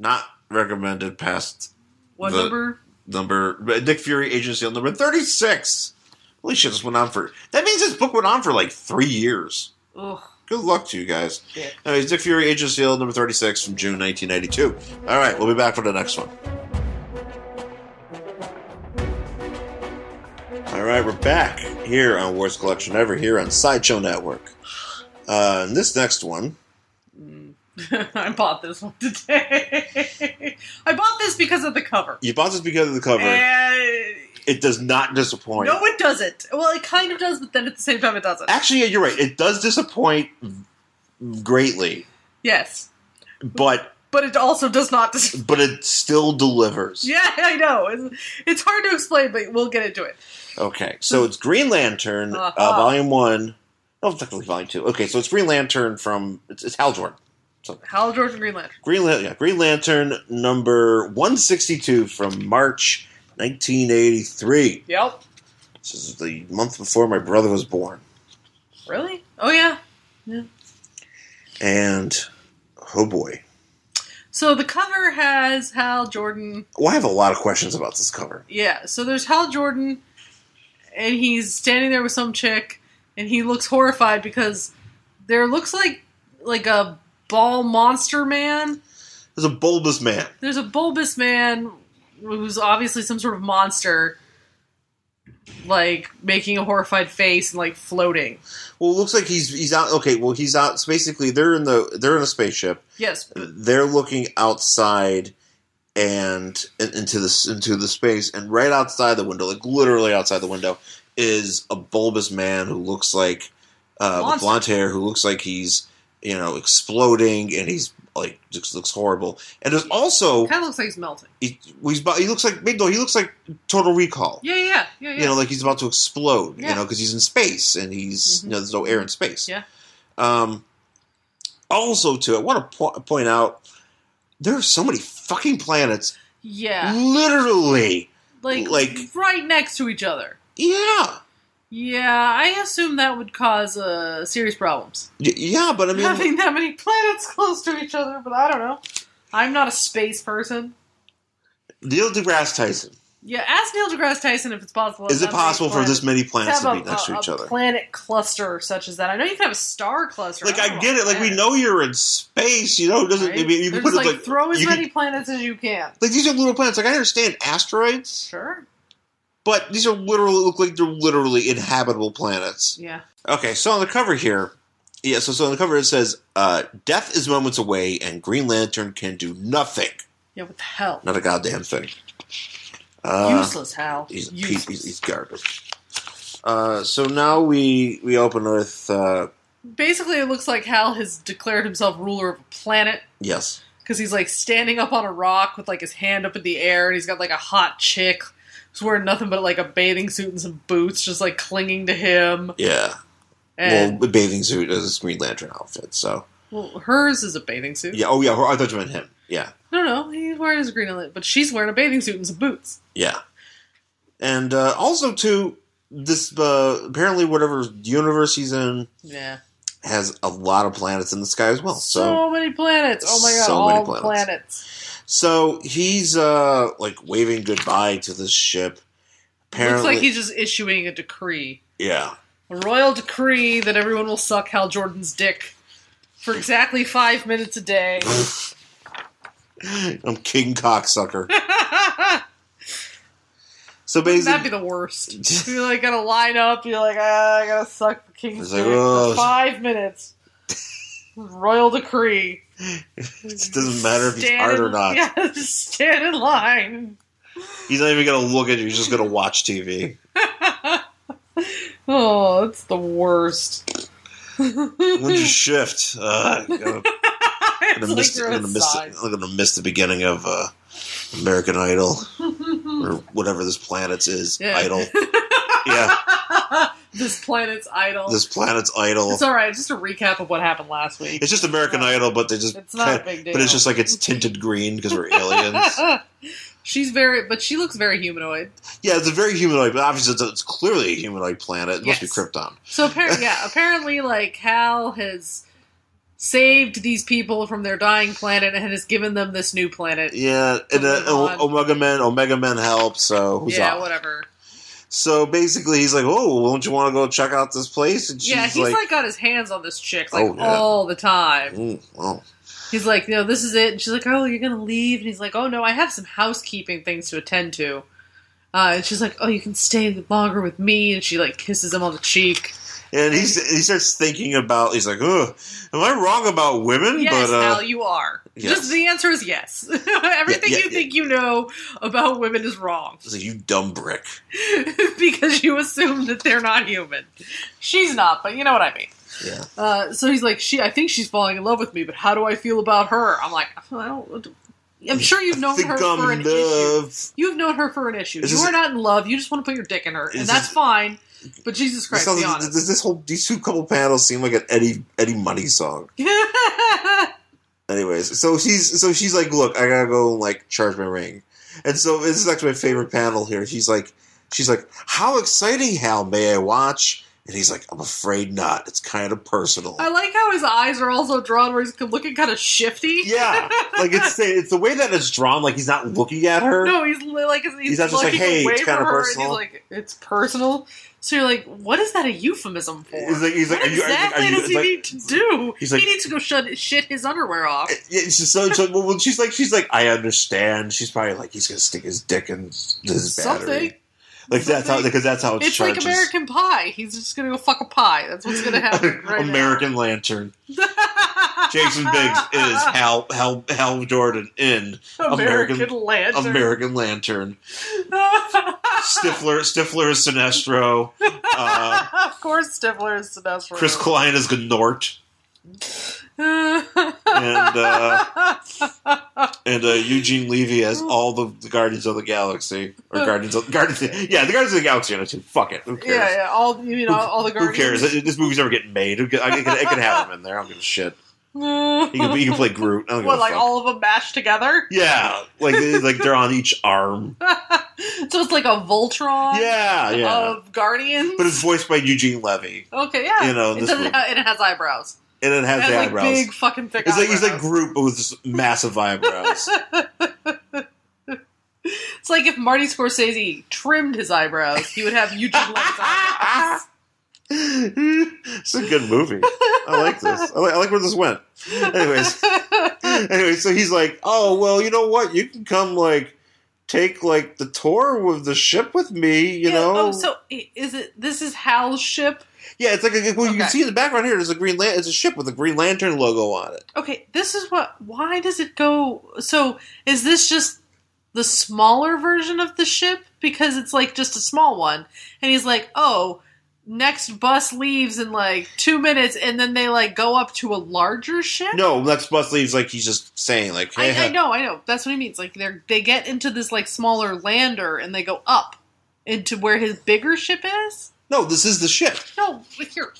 Speaker 2: not recommended past
Speaker 1: What
Speaker 2: The-
Speaker 1: number?
Speaker 2: number but Nick Fury, Agent of the Shield E number thirty six. Holy shit, this went on for that means this book went on for like three years.
Speaker 1: Ugh.
Speaker 2: Good luck to you guys.
Speaker 1: Yeah.
Speaker 2: Anyways, Nick Fury, Agent of the Shield E number thirty six from June nineteen ninety two. All right, we'll be back for the next one. All right, we're back here on Worst Collection Ever here on Sideshow Network. Uh, and this next one
Speaker 1: Mm. (laughs) I bought this one today. (laughs) I bought this because of the cover.
Speaker 2: You bought this because of the cover.
Speaker 1: And-
Speaker 2: it does not disappoint.
Speaker 1: Eh. no, it doesn't. Well, it kind of does, but then at the same time, it doesn't.
Speaker 2: Actually, yeah, you're right. It does disappoint greatly,
Speaker 1: Yes,
Speaker 2: but
Speaker 1: but it also does not. (laughs) Dis-
Speaker 2: (laughs) but it still delivers.
Speaker 1: Yeah, I know. It's, it's hard to explain, but we'll get into it.
Speaker 2: Okay, so it's Green Lantern, uh
Speaker 1: Uh-huh.
Speaker 2: Volume One. No, technically Volume Two. Okay, so it's Green Lantern from it's, it's Hal Jordan.
Speaker 1: Hal Jordan Green Lantern.
Speaker 2: Green Lan- yeah, Green Lantern number one sixty two from March nineteen eighty three.
Speaker 1: Yep.
Speaker 2: This is the month before my brother was born,
Speaker 1: Really? Oh yeah.
Speaker 2: and oh boy,
Speaker 1: So the cover has Hal Jordan.
Speaker 2: well, I have a lot of questions about this cover.
Speaker 1: Yeah. So there's Hal Jordan, and he's standing there with some chick, and he looks horrified because there looks like like a ball monster man.
Speaker 2: There's a bulbous man.
Speaker 1: There's a bulbous man who's obviously some sort of monster, like making a horrified face and like floating.
Speaker 2: Well, it looks like he's he's out. Okay, well he's out. So basically, they're in the they're in a spaceship.
Speaker 1: Yes.
Speaker 2: They're looking outside and in- into this into the space, and right outside the window, like literally outside the window, is a bulbous man who looks like uh, with
Speaker 1: Monster.
Speaker 2: blonde hair, who looks like he's you know exploding, and he's like just looks horrible. And there's also
Speaker 1: Kind of looks like he's melting.
Speaker 2: he, he's about- he looks like no, he looks like Total Recall.
Speaker 1: Yeah, yeah, yeah, yeah.
Speaker 2: you know, like he's about to explode, you
Speaker 1: Yeah.
Speaker 2: know, because he's in space and he's
Speaker 1: Mhm.
Speaker 2: you know there's no air in space.
Speaker 1: Yeah.
Speaker 2: Um. Also, too, I want to po- point out there are so many fucking planets,
Speaker 1: yeah,
Speaker 2: literally.
Speaker 1: like,
Speaker 2: like-
Speaker 1: right next to each other.
Speaker 2: Yeah,
Speaker 1: Yeah, I assume that would cause uh, serious problems.
Speaker 2: Y- yeah, but I mean,
Speaker 1: Having that many planets (laughs) close to each other, but I don't know. I'm not a space person.
Speaker 2: Neil deGrasse Tyson.
Speaker 1: Yeah, ask Neil deGrasse Tyson if it's possible.
Speaker 2: Is it
Speaker 1: that many
Speaker 2: possible for this
Speaker 1: planets
Speaker 2: many planets to
Speaker 1: have
Speaker 2: be next
Speaker 1: a,
Speaker 2: to each
Speaker 1: a
Speaker 2: other?
Speaker 1: Planet cluster such as that. I know you can have a star cluster.
Speaker 2: Like
Speaker 1: don't
Speaker 2: I
Speaker 1: know
Speaker 2: get it.
Speaker 1: about
Speaker 2: Like we
Speaker 1: that,
Speaker 2: know you're in space. You know, it doesn't.
Speaker 1: right?
Speaker 2: I mean, you
Speaker 1: They're
Speaker 2: can put
Speaker 1: just
Speaker 2: it
Speaker 1: like,
Speaker 2: like
Speaker 1: throw as
Speaker 2: you
Speaker 1: many
Speaker 2: Can,
Speaker 1: planets as you can.
Speaker 2: like these are little planets. Like I understand asteroids,
Speaker 1: Sure.
Speaker 2: but these are literally look like they're literally inhabitable planets.
Speaker 1: Yeah.
Speaker 2: Okay, so on the cover here, yeah, so, so on the cover it says, uh, "Death is moments away, and Green Lantern can do nothing.
Speaker 1: Yeah, what the hell?
Speaker 2: Not a goddamn thing." Uh,
Speaker 1: Useless, Hal.
Speaker 2: He's a piece,
Speaker 1: Useless.
Speaker 2: he's, he's garbage. Uh, so now we we open with uh,
Speaker 1: Basically, it looks like Hal has declared himself ruler of a planet
Speaker 2: yes,
Speaker 1: because he's like standing up on a rock with like his hand up in the air, and he's got like a hot chick who's wearing nothing but like a bathing suit and some boots, just like clinging to him.
Speaker 2: yeah.
Speaker 1: And
Speaker 2: well, the bathing suit is a Green Lantern outfit. So
Speaker 1: well, hers is a bathing suit.
Speaker 2: yeah, oh yeah, I thought you meant him. Yeah,
Speaker 1: No, no, he's wearing his green outfit, but she's wearing a bathing suit and some boots.
Speaker 2: yeah. And uh, also too, this uh, apparently whatever universe he's in
Speaker 1: Yeah.
Speaker 2: has a lot of planets in the sky as well.
Speaker 1: So,
Speaker 2: So
Speaker 1: many planets. Oh my god,
Speaker 2: So many
Speaker 1: all the
Speaker 2: planets.
Speaker 1: planets.
Speaker 2: so he's uh like waving goodbye to this ship.
Speaker 1: Looks
Speaker 2: Apparently,
Speaker 1: like he's just issuing a decree.
Speaker 2: yeah, (laughs)
Speaker 1: A royal decree that everyone will suck Hal Jordan's dick for exactly five minutes a
Speaker 2: (laughs)
Speaker 1: day. (laughs)
Speaker 2: I'm king cocksucker.
Speaker 1: That'd
Speaker 2: So basically,
Speaker 1: be the
Speaker 2: (laughs)
Speaker 1: worst. You're like gonna line up, you're like, ah, I gotta suck the king's
Speaker 2: It's like,
Speaker 1: dick
Speaker 2: "Ugh."
Speaker 1: for five minutes. royal decree.
Speaker 2: It doesn't matter if he's hard or not.
Speaker 1: (laughs) Yeah, just stand in line.
Speaker 2: He's not even gonna look at you. He's just gonna watch
Speaker 1: (laughs)
Speaker 2: TV.
Speaker 1: Oh, that's the worst.
Speaker 2: When's
Speaker 1: (laughs)
Speaker 2: your shift? Uh, I'm gonna,
Speaker 1: It's
Speaker 2: gonna miss,
Speaker 1: like you're
Speaker 2: I'm gonna miss.
Speaker 1: outside.
Speaker 2: I'm gonna miss the beginning of uh, American Idol or whatever this planet's is.
Speaker 1: Yeah. (laughs)
Speaker 2: Idol. Yeah,
Speaker 1: this planet's idle.
Speaker 2: this planet's Idol.
Speaker 1: It's all right. Just a recap of what happened last week.
Speaker 2: It's just American Idol, but they just.
Speaker 1: It's not a big deal.
Speaker 2: But it's
Speaker 1: (laughs)
Speaker 2: just like it's tinted green because we're aliens.
Speaker 1: She's very, but she looks very humanoid.
Speaker 2: yeah, it's a very humanoid, but obviously it's, it's clearly a humanoid planet. It must
Speaker 1: Yes.
Speaker 2: be Krypton.
Speaker 1: So apparently, yeah, apparently, like Hal has saved these people from their dying planet and has given them this new planet.
Speaker 2: Yeah, and uh,
Speaker 1: Something's on.
Speaker 2: Omega Men, Omega Men help. So who's
Speaker 1: yeah,
Speaker 2: up?
Speaker 1: whatever.
Speaker 2: So basically, he's like, "Oh, won't you want to go check out this place?" And she's
Speaker 1: yeah, he's
Speaker 2: like,
Speaker 1: like, got his hands on this chick like
Speaker 2: Oh, yeah.
Speaker 1: all the time.
Speaker 2: "Mm, well,
Speaker 1: He's like, you know, this is it. And she's like, oh, you're gonna leave. And he's like, oh no, I have some housekeeping things to attend to. Uh, and she's like, oh, you can stay longer with me. And she like kisses him on the cheek.
Speaker 2: And he's he starts thinking about. He's like, "Oh, am I wrong about women?"
Speaker 1: Yes,
Speaker 2: but uh,
Speaker 1: Al, you are.
Speaker 2: yes.
Speaker 1: Just the answer is yes. (laughs) Everything
Speaker 2: Yeah, yeah,
Speaker 1: you
Speaker 2: yeah.
Speaker 1: think you know about women is wrong
Speaker 2: he's like, "You dumb brick."
Speaker 1: (laughs) because you assume that they're not human. She's not, but you know what I mean.
Speaker 2: Yeah,
Speaker 1: Uh, so he's like, she. I think she's falling in love with me, but how do I feel about her? I'm like, I don't. I'm sure you've
Speaker 2: (laughs)
Speaker 1: known
Speaker 2: think
Speaker 1: her
Speaker 2: I'm
Speaker 1: for an
Speaker 2: in
Speaker 1: issue.
Speaker 2: love.
Speaker 1: You've known her for an issue.
Speaker 2: This
Speaker 1: you
Speaker 2: is-
Speaker 1: are not in love. You just want to put your dick in her, and
Speaker 2: This
Speaker 1: that's
Speaker 2: is-
Speaker 1: fine. But Jesus
Speaker 2: This,
Speaker 1: Christ, be
Speaker 2: sounds-
Speaker 1: honest. (laughs)
Speaker 2: this, this whole these two couple panels seem like an Eddie Eddie Money song. Anyways, so she's so she's like, "Look, I gotta go and like charge my ring," and so this is actually my favorite panel here. She's like, "She's like, how exciting, Hal? May I watch?" And he's like, "I'm afraid not. It's kind of personal."
Speaker 1: I like how his eyes are also drawn where he's looking kind of shifty. (laughs)
Speaker 2: Yeah, like it's the, it's the way that it's drawn. Like he's not looking at her.
Speaker 1: No, he's li- like he's,
Speaker 2: He's not just like,
Speaker 1: looking
Speaker 2: "Hey,
Speaker 1: away
Speaker 2: it's
Speaker 1: from
Speaker 2: kinda
Speaker 1: her,
Speaker 2: personal."
Speaker 1: and he's like, it's personal. So you're like, what is that a euphemism for?
Speaker 2: He's like, he's like,
Speaker 1: what
Speaker 2: are you, are you-
Speaker 1: exactly
Speaker 2: are you,
Speaker 1: does he
Speaker 2: like-
Speaker 1: need to do?
Speaker 2: he's like-
Speaker 1: he needs to go shut, shit his underwear off.
Speaker 2: Yeah, it's just so, so well, well, she's like, she's like, I understand. She's probably like, he's gonna stick his dick in his battery.
Speaker 1: Something.
Speaker 2: Like that's how
Speaker 1: Something.
Speaker 2: because that's how it's,
Speaker 1: It's
Speaker 2: charged.
Speaker 1: like American Pie. He's just gonna go fuck a pie. That's what's gonna
Speaker 2: (laughs)
Speaker 1: happen. Right now.
Speaker 2: American Lantern.
Speaker 1: (laughs)
Speaker 2: Jason Biggs is Hal Hal Hal Jordan in American-
Speaker 1: American Lantern. (laughs)
Speaker 2: American Lantern. Stifler Stifler is Sinestro. Uh,
Speaker 1: of course, Stifler is Sinestro. (laughs)
Speaker 2: Chris Klein is Gnort.
Speaker 1: and
Speaker 2: And, uh, and uh, Eugene Levy as all the, the Guardians of the Galaxy
Speaker 1: (laughs)
Speaker 2: or Guardians of Guardians. Yeah, the Guardians of the Galaxy are too. Fuck it. Who cares?
Speaker 1: yeah, yeah, all you know, all the
Speaker 2: Who
Speaker 1: guardians.
Speaker 2: cares? It- This movie's never getting made. Who ca- I- It can, it can have him in there. I don't give a shit.
Speaker 1: (laughs)
Speaker 2: He can, he can play Groot. I don't give
Speaker 1: what,
Speaker 2: a
Speaker 1: like
Speaker 2: fuck.
Speaker 1: all of them mashed together?
Speaker 2: yeah, like they- like they're on each
Speaker 1: (laughs)
Speaker 2: arm.
Speaker 1: So it's like a Voltron
Speaker 2: Yeah, yeah.
Speaker 1: of Guardians.
Speaker 2: But it's voiced by Eugene Levy,
Speaker 1: okay, Um, yeah.
Speaker 2: you know,
Speaker 1: it
Speaker 2: Oh, this
Speaker 1: doesn't
Speaker 2: one.
Speaker 1: ha- (laughs) and it has eyebrows.
Speaker 2: and it has
Speaker 1: it has
Speaker 2: the
Speaker 1: like
Speaker 2: eyebrows.
Speaker 1: big fucking thick
Speaker 2: it's like
Speaker 1: eyebrows.
Speaker 2: he's like Groot, but with just massive
Speaker 1: (laughs)
Speaker 2: eyebrows.
Speaker 1: It's like if Marty Scorsese trimmed his eyebrows, he would have
Speaker 2: (laughs)
Speaker 1: Eugene Levy eyebrows.
Speaker 2: it's a good movie. I like this. I like, I like where this went. (laughs) Anyways, anyway, so he's like, "Oh well, you know what? You can come like take like the tour with the ship with me, you
Speaker 1: Yeah,
Speaker 2: know.
Speaker 1: Oh, so i- is it? This is Hal's ship.
Speaker 2: yeah, it's like a, well, you
Speaker 1: Okay.
Speaker 2: can see in the background here. There's a green lan- It's a ship with a Green Lantern logo on it.
Speaker 1: Okay, this is what. Why does it go? So is this just the smaller version of the ship because it's like just a small one? And he's like, oh, next bus leaves in like two minutes, and then they like go up to a larger ship.
Speaker 2: No, Lex Bus leaves like he's just saying like,
Speaker 1: I,
Speaker 2: hey,
Speaker 1: I know, I know. That's what he means. Like they they get into this like smaller lander and they go up into where his bigger ship is.
Speaker 2: no, this is the ship.
Speaker 1: No, with your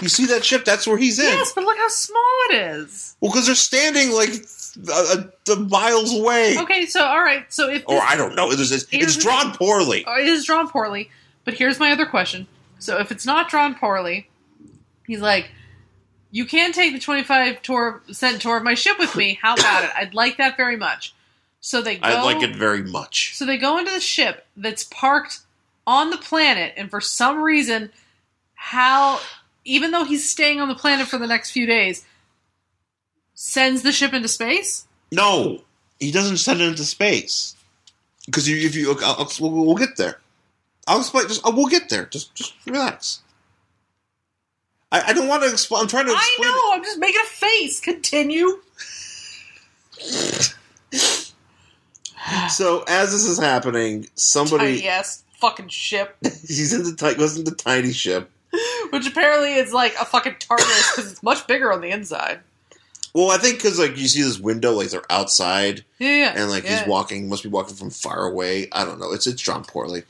Speaker 2: You see that ship? That's where he's in.
Speaker 1: yes, but look how small it is.
Speaker 2: Well, because they're standing like a, a, a miles away,
Speaker 1: Okay, so all right, so if
Speaker 2: or
Speaker 1: this,
Speaker 2: Oh, I don't know. It's, it's,
Speaker 1: Here's
Speaker 2: it's
Speaker 1: the
Speaker 2: drawn poorly.
Speaker 1: oh, it is drawn poorly, but here's my other question. So if it's not drawn poorly, he's like, "You can take the twenty five tour cent tour of my ship with me. How about it? I'd like that very much." So they go.
Speaker 2: I like it very much.
Speaker 1: So they go into the ship that's parked on the planet, and for some reason, Hal, even though he's staying on the planet for the next few days, sends the ship into space.
Speaker 2: No, he doesn't send it into space because you, if you, look, I'll, I'll- we'll, we'll get there. I'll explain. Just uh, we'll get there. Just just relax. I, I don't want to explain. I'm trying to
Speaker 1: I
Speaker 2: explain.
Speaker 1: know. I'm just making a face. Continue.
Speaker 2: it. So as this is happening, somebody
Speaker 1: Tiny ass fucking ship,
Speaker 2: he's in the ti- goes in the tiny ship.
Speaker 1: which apparently is like a fucking TARDIS because it's much bigger on the inside.
Speaker 2: Well, I think because like you see this window, like they're outside.
Speaker 1: Yeah, yeah.
Speaker 2: and like
Speaker 1: yeah.
Speaker 2: he's walking, must be walking from far away. I don't know. It's it's drawn poorly,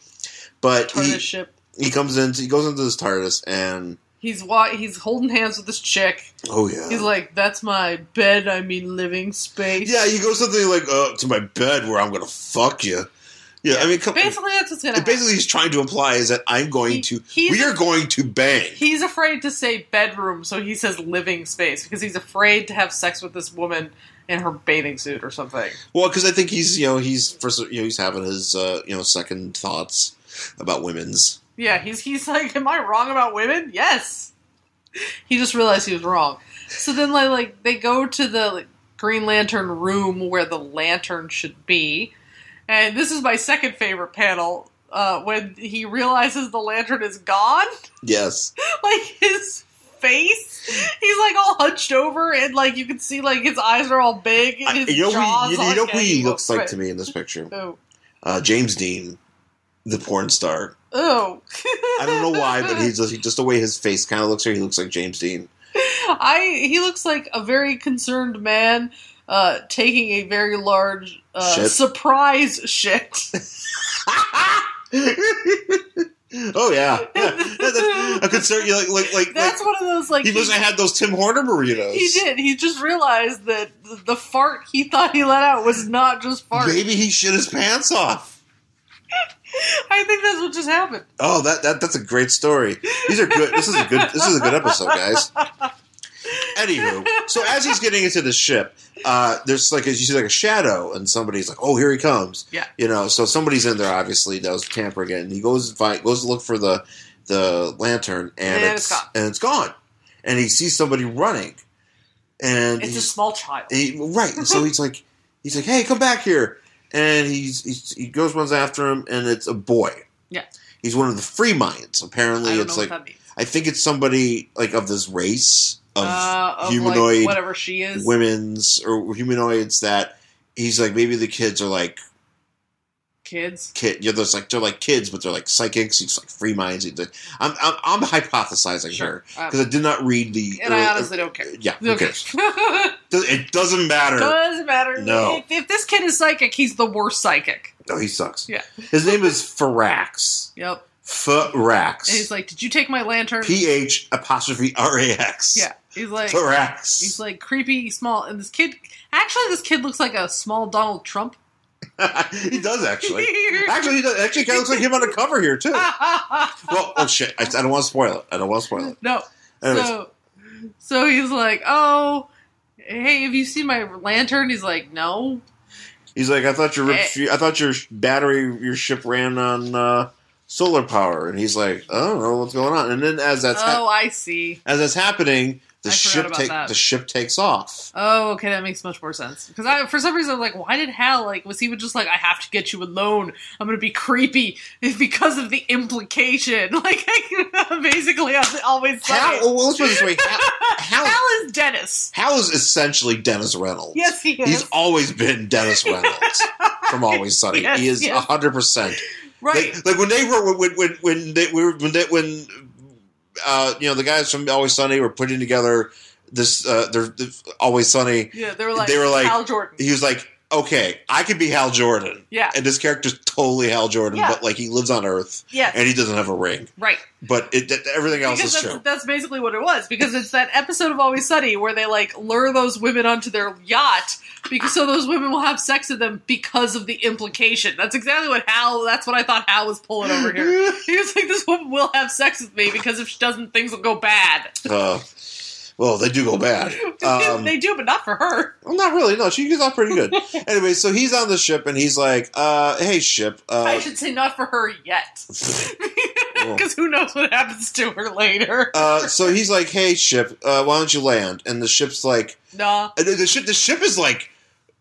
Speaker 2: but
Speaker 1: TARDIS
Speaker 2: he,
Speaker 1: ship.
Speaker 2: he comes into he goes into this TARDIS and
Speaker 1: He's wa- he's holding hands with this chick.
Speaker 2: oh yeah,
Speaker 1: He's like, "That's my bed. I mean, living space."
Speaker 2: yeah. He goes something like uh, to my bed where I'm gonna fuck you. Yeah, I mean, come, basically,
Speaker 1: Basically, that's what's gonna. happen.
Speaker 2: basically, he's trying to imply is that I'm going
Speaker 1: He-
Speaker 2: to
Speaker 1: he's
Speaker 2: we
Speaker 1: a-
Speaker 2: are going to bang.
Speaker 1: He's afraid to say bedroom, so he says living space because he's afraid to have sex with this woman in her bathing suit or something.
Speaker 2: Well, because I think he's you know he's first you know he's having his uh, you know second thoughts about women's.
Speaker 1: Yeah, he's he's like, am I wrong about women? Yes. He just realized he was wrong. So then, like, like they go to the like, Green Lantern room where the lantern should be, and this is my second favorite panel uh, when he realizes the lantern is gone. (laughs)
Speaker 2: Yes,
Speaker 1: like his face. He's like all hunched over, and like you can see, like his eyes are all big. And
Speaker 2: I,
Speaker 1: his
Speaker 2: you know
Speaker 1: jaws
Speaker 2: who he,
Speaker 1: all
Speaker 2: you know who he
Speaker 1: gangly.
Speaker 2: looks like
Speaker 1: Right.
Speaker 2: to me in
Speaker 1: (laughs)
Speaker 2: this picture.
Speaker 1: Ew.
Speaker 2: Uh, James Dean, the porn star.
Speaker 1: Ew.
Speaker 2: I don't know why, but
Speaker 1: (laughs)
Speaker 2: he's just, just the way his face kind of looks here. He looks like James Dean. (laughs)
Speaker 1: I he looks like a very concerned man uh, taking a very large uh,
Speaker 2: Shit.
Speaker 1: surprise
Speaker 2: (laughs)
Speaker 1: shit.
Speaker 2: oh
Speaker 1: (laughs)
Speaker 2: yeah, (laughs) a concern. You like like like,
Speaker 1: That's
Speaker 2: like,
Speaker 1: one of those like
Speaker 2: he must have had those Tim Horner burritos.
Speaker 1: he did. He just realized that th- the fart he thought he let out was not just fart.
Speaker 2: Maybe he shit his pants off.
Speaker 1: (laughs) I think that's what just happened.
Speaker 2: Oh, that, that that's a great story. These are good. This is a good. This is a good episode, guys. Anywho, so as he's getting into the ship, uh, there's like a, you see like a shadow, and somebody's like, "Oh, here he comes!"
Speaker 1: Yeah.
Speaker 2: you know. So somebody's in there, obviously that was tampering it, and he goes and find, goes to look for the the lantern, and,
Speaker 1: And
Speaker 2: it's,
Speaker 1: it's gone.
Speaker 2: and it's gone, and he sees somebody running, and
Speaker 1: It's a
Speaker 2: he's-
Speaker 1: small child.
Speaker 2: he, right. And so he's like, he's like, hey, come back here. And he's, he's he goes runs after him, and it's a boy.
Speaker 1: Yeah.
Speaker 2: He's one of the free minds. Apparently,
Speaker 1: I don't
Speaker 2: it's
Speaker 1: know
Speaker 2: like
Speaker 1: what that means.
Speaker 2: I think it's somebody like of this race of
Speaker 1: Uh, of, like,
Speaker 2: humanoid
Speaker 1: whatever she is.
Speaker 2: women's or humanoids that he's like maybe the kids are like
Speaker 1: Kids.
Speaker 2: kid. You know, there's like they're like kids, but they're like psychics. He's like free minds. He's like, I'm, I'm I'm hypothesizing here
Speaker 1: Sure. Uh,
Speaker 2: because I did not read the.
Speaker 1: and I honestly don't care.
Speaker 2: yeah, Uh, who
Speaker 1: Okay. (laughs)
Speaker 2: cares? Does- It doesn't matter.
Speaker 1: Doesn't matter.
Speaker 2: No.
Speaker 1: If, if this kid is psychic, he's the worst psychic.
Speaker 2: Oh, he sucks.
Speaker 1: Yeah.
Speaker 2: His name is Farax.
Speaker 1: Yep. And he's
Speaker 2: Farax.
Speaker 1: like, Did you take my lantern?
Speaker 2: P H apostrophe R A X.
Speaker 1: yeah. He's like, he's
Speaker 2: Farax.
Speaker 1: like creepy, small. And this kid, actually, this kid looks like a small Donald Trump.
Speaker 2: (laughs) he
Speaker 1: (laughs)
Speaker 2: does actually. Actually, he does. Actually, kind of looks like him on the cover here too.
Speaker 1: Ah.
Speaker 2: Well, oh shit! I, I don't want to spoil it. I don't want to spoil it.
Speaker 1: no.
Speaker 2: Anyways,
Speaker 1: So, so he's like, Oh, hey, have you seen my lantern? He's like, No.
Speaker 2: he's like, I thought your
Speaker 1: Eh.
Speaker 2: I thought your battery your ship ran on uh, solar power, and he's like, I don't know what's going on. And then as that's hap-
Speaker 1: oh, I see.
Speaker 2: as that's happening, the
Speaker 1: I forgot
Speaker 2: ship
Speaker 1: about
Speaker 2: take
Speaker 1: that.
Speaker 2: the ship takes off.
Speaker 1: Oh, okay, that makes much more sense. Because I, for some reason, I'm like, why did Hal like? Was he just like, I have to get you alone? I'm gonna be creepy (laughs) because of the implication. (laughs) Like, I, basically, I always say,
Speaker 2: Hal,
Speaker 1: Hal,
Speaker 2: oh, well, let's put it
Speaker 1: (laughs)
Speaker 2: this way: Hal, Hal,
Speaker 1: is Dennis.
Speaker 2: Hal is essentially Dennis Reynolds.
Speaker 1: Yes, he is.
Speaker 2: He's always been
Speaker 1: (laughs)
Speaker 2: Dennis Reynolds from Always Sunny.
Speaker 1: Yes,
Speaker 2: he is
Speaker 1: yes.
Speaker 2: hundred percent.
Speaker 1: right.
Speaker 2: Like, like when they were when when when they were when they, when uh, you know the guys from Always Sunny were putting together this uh, their, their Always Sunny.
Speaker 1: yeah, they were like,
Speaker 2: they were like-
Speaker 1: Hal Jordan.
Speaker 2: He was like, okay, I could be Hal Jordan,
Speaker 1: yeah,
Speaker 2: and this character's totally Hal Jordan,
Speaker 1: Yeah.
Speaker 2: but like he lives on Earth
Speaker 1: yes,
Speaker 2: and he doesn't have a ring,
Speaker 1: right.
Speaker 2: but it, that- everything else
Speaker 1: Because
Speaker 2: is
Speaker 1: that's,
Speaker 2: true.
Speaker 1: that's basically what it was. Because it's that episode of Always Sunny where they like lure those women onto their yacht because so those women will have sex with them because of the implication. That's exactly what Hal. That's what I thought Hal was pulling over here.
Speaker 2: (laughs)
Speaker 1: He was like, "This woman will have sex with me because if she doesn't, things will go bad."
Speaker 2: Uh, well, they do go bad.
Speaker 1: (laughs)
Speaker 2: Um,
Speaker 1: they do, but not for her.
Speaker 2: Well, not really. No, she gets off
Speaker 1: (laughs)
Speaker 2: pretty good. anyway, so he's on the ship and he's like, uh, "Hey, ship,
Speaker 1: I
Speaker 2: uh,
Speaker 1: should say not for her yet,
Speaker 2: (laughs) well,
Speaker 1: because who knows what happens to her later?
Speaker 2: uh, so he's like, "Hey, ship, uh, why don't you land?" And the ship's like,
Speaker 1: nah,
Speaker 2: uh, the, the ship, the ship is like,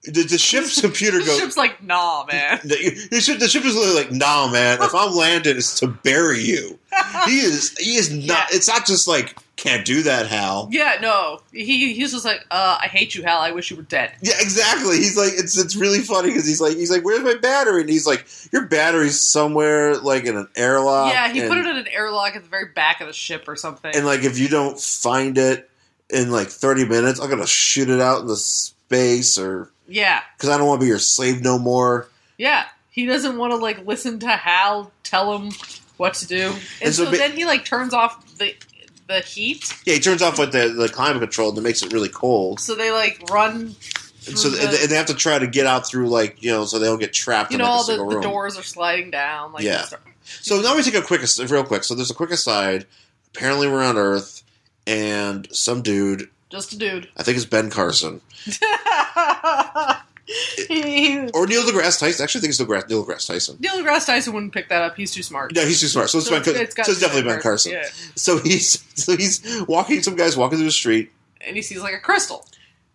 Speaker 2: the,
Speaker 1: (laughs)
Speaker 2: the ship's computer
Speaker 1: the
Speaker 2: goes.
Speaker 1: ship's like, nah,
Speaker 2: (laughs)
Speaker 1: man. (laughs)
Speaker 2: The, the ship, the ship is literally like, nah, man. If I'm landing, it's to bury you. He is, he is not. It's not just like, can't do that, Hal.
Speaker 1: Yeah, no. He he's just like, uh, I hate you, Hal. I wish you were dead.
Speaker 2: Yeah, exactly. He's like, it's it's really funny because he's like, he's like, where's my battery? And he's like, your battery's somewhere like in an airlock.
Speaker 1: yeah, he
Speaker 2: and,
Speaker 1: put it in an airlock at the very back of the ship or something.
Speaker 2: and like if you don't find it in like 30 minutes i'm gonna shoot it out into space or
Speaker 1: yeah,
Speaker 2: because i don't want to be your slave no more
Speaker 1: yeah. He doesn't want to like listen to Hal tell him what to do, and,
Speaker 2: And so
Speaker 1: so,
Speaker 2: ba-
Speaker 1: then he like turns off the the heat,
Speaker 2: yeah he turns off like the, the climate control that makes it really cold
Speaker 1: so they like run.
Speaker 2: and so
Speaker 1: through
Speaker 2: th- and they, have to try to get out through like you know so they don't get trapped
Speaker 1: you
Speaker 2: in
Speaker 1: know
Speaker 2: like,
Speaker 1: all
Speaker 2: a
Speaker 1: the,
Speaker 2: single
Speaker 1: the
Speaker 2: room
Speaker 1: doors are sliding down. Like
Speaker 2: Yeah.
Speaker 1: stuff.
Speaker 2: so now we take a quick as- real quick so there's a quick aside apparently we're on earth and some dude
Speaker 1: just a
Speaker 2: (laughs)
Speaker 1: dude. (laughs)
Speaker 2: i think it's ben carson
Speaker 1: he, he,
Speaker 2: or neil degrasse tyson actually i think it's neil degrasse, neil deGrasse tyson
Speaker 1: Neil deGrasse Tyson wouldn't pick that up. He's too smart.
Speaker 2: no he's too smart so it's, ben,
Speaker 1: it's got
Speaker 2: so it's
Speaker 1: to be
Speaker 2: definitely ben carson
Speaker 1: Yeah.
Speaker 2: so he's so he's walking some guy's walking through the street
Speaker 1: And he sees like a crystal.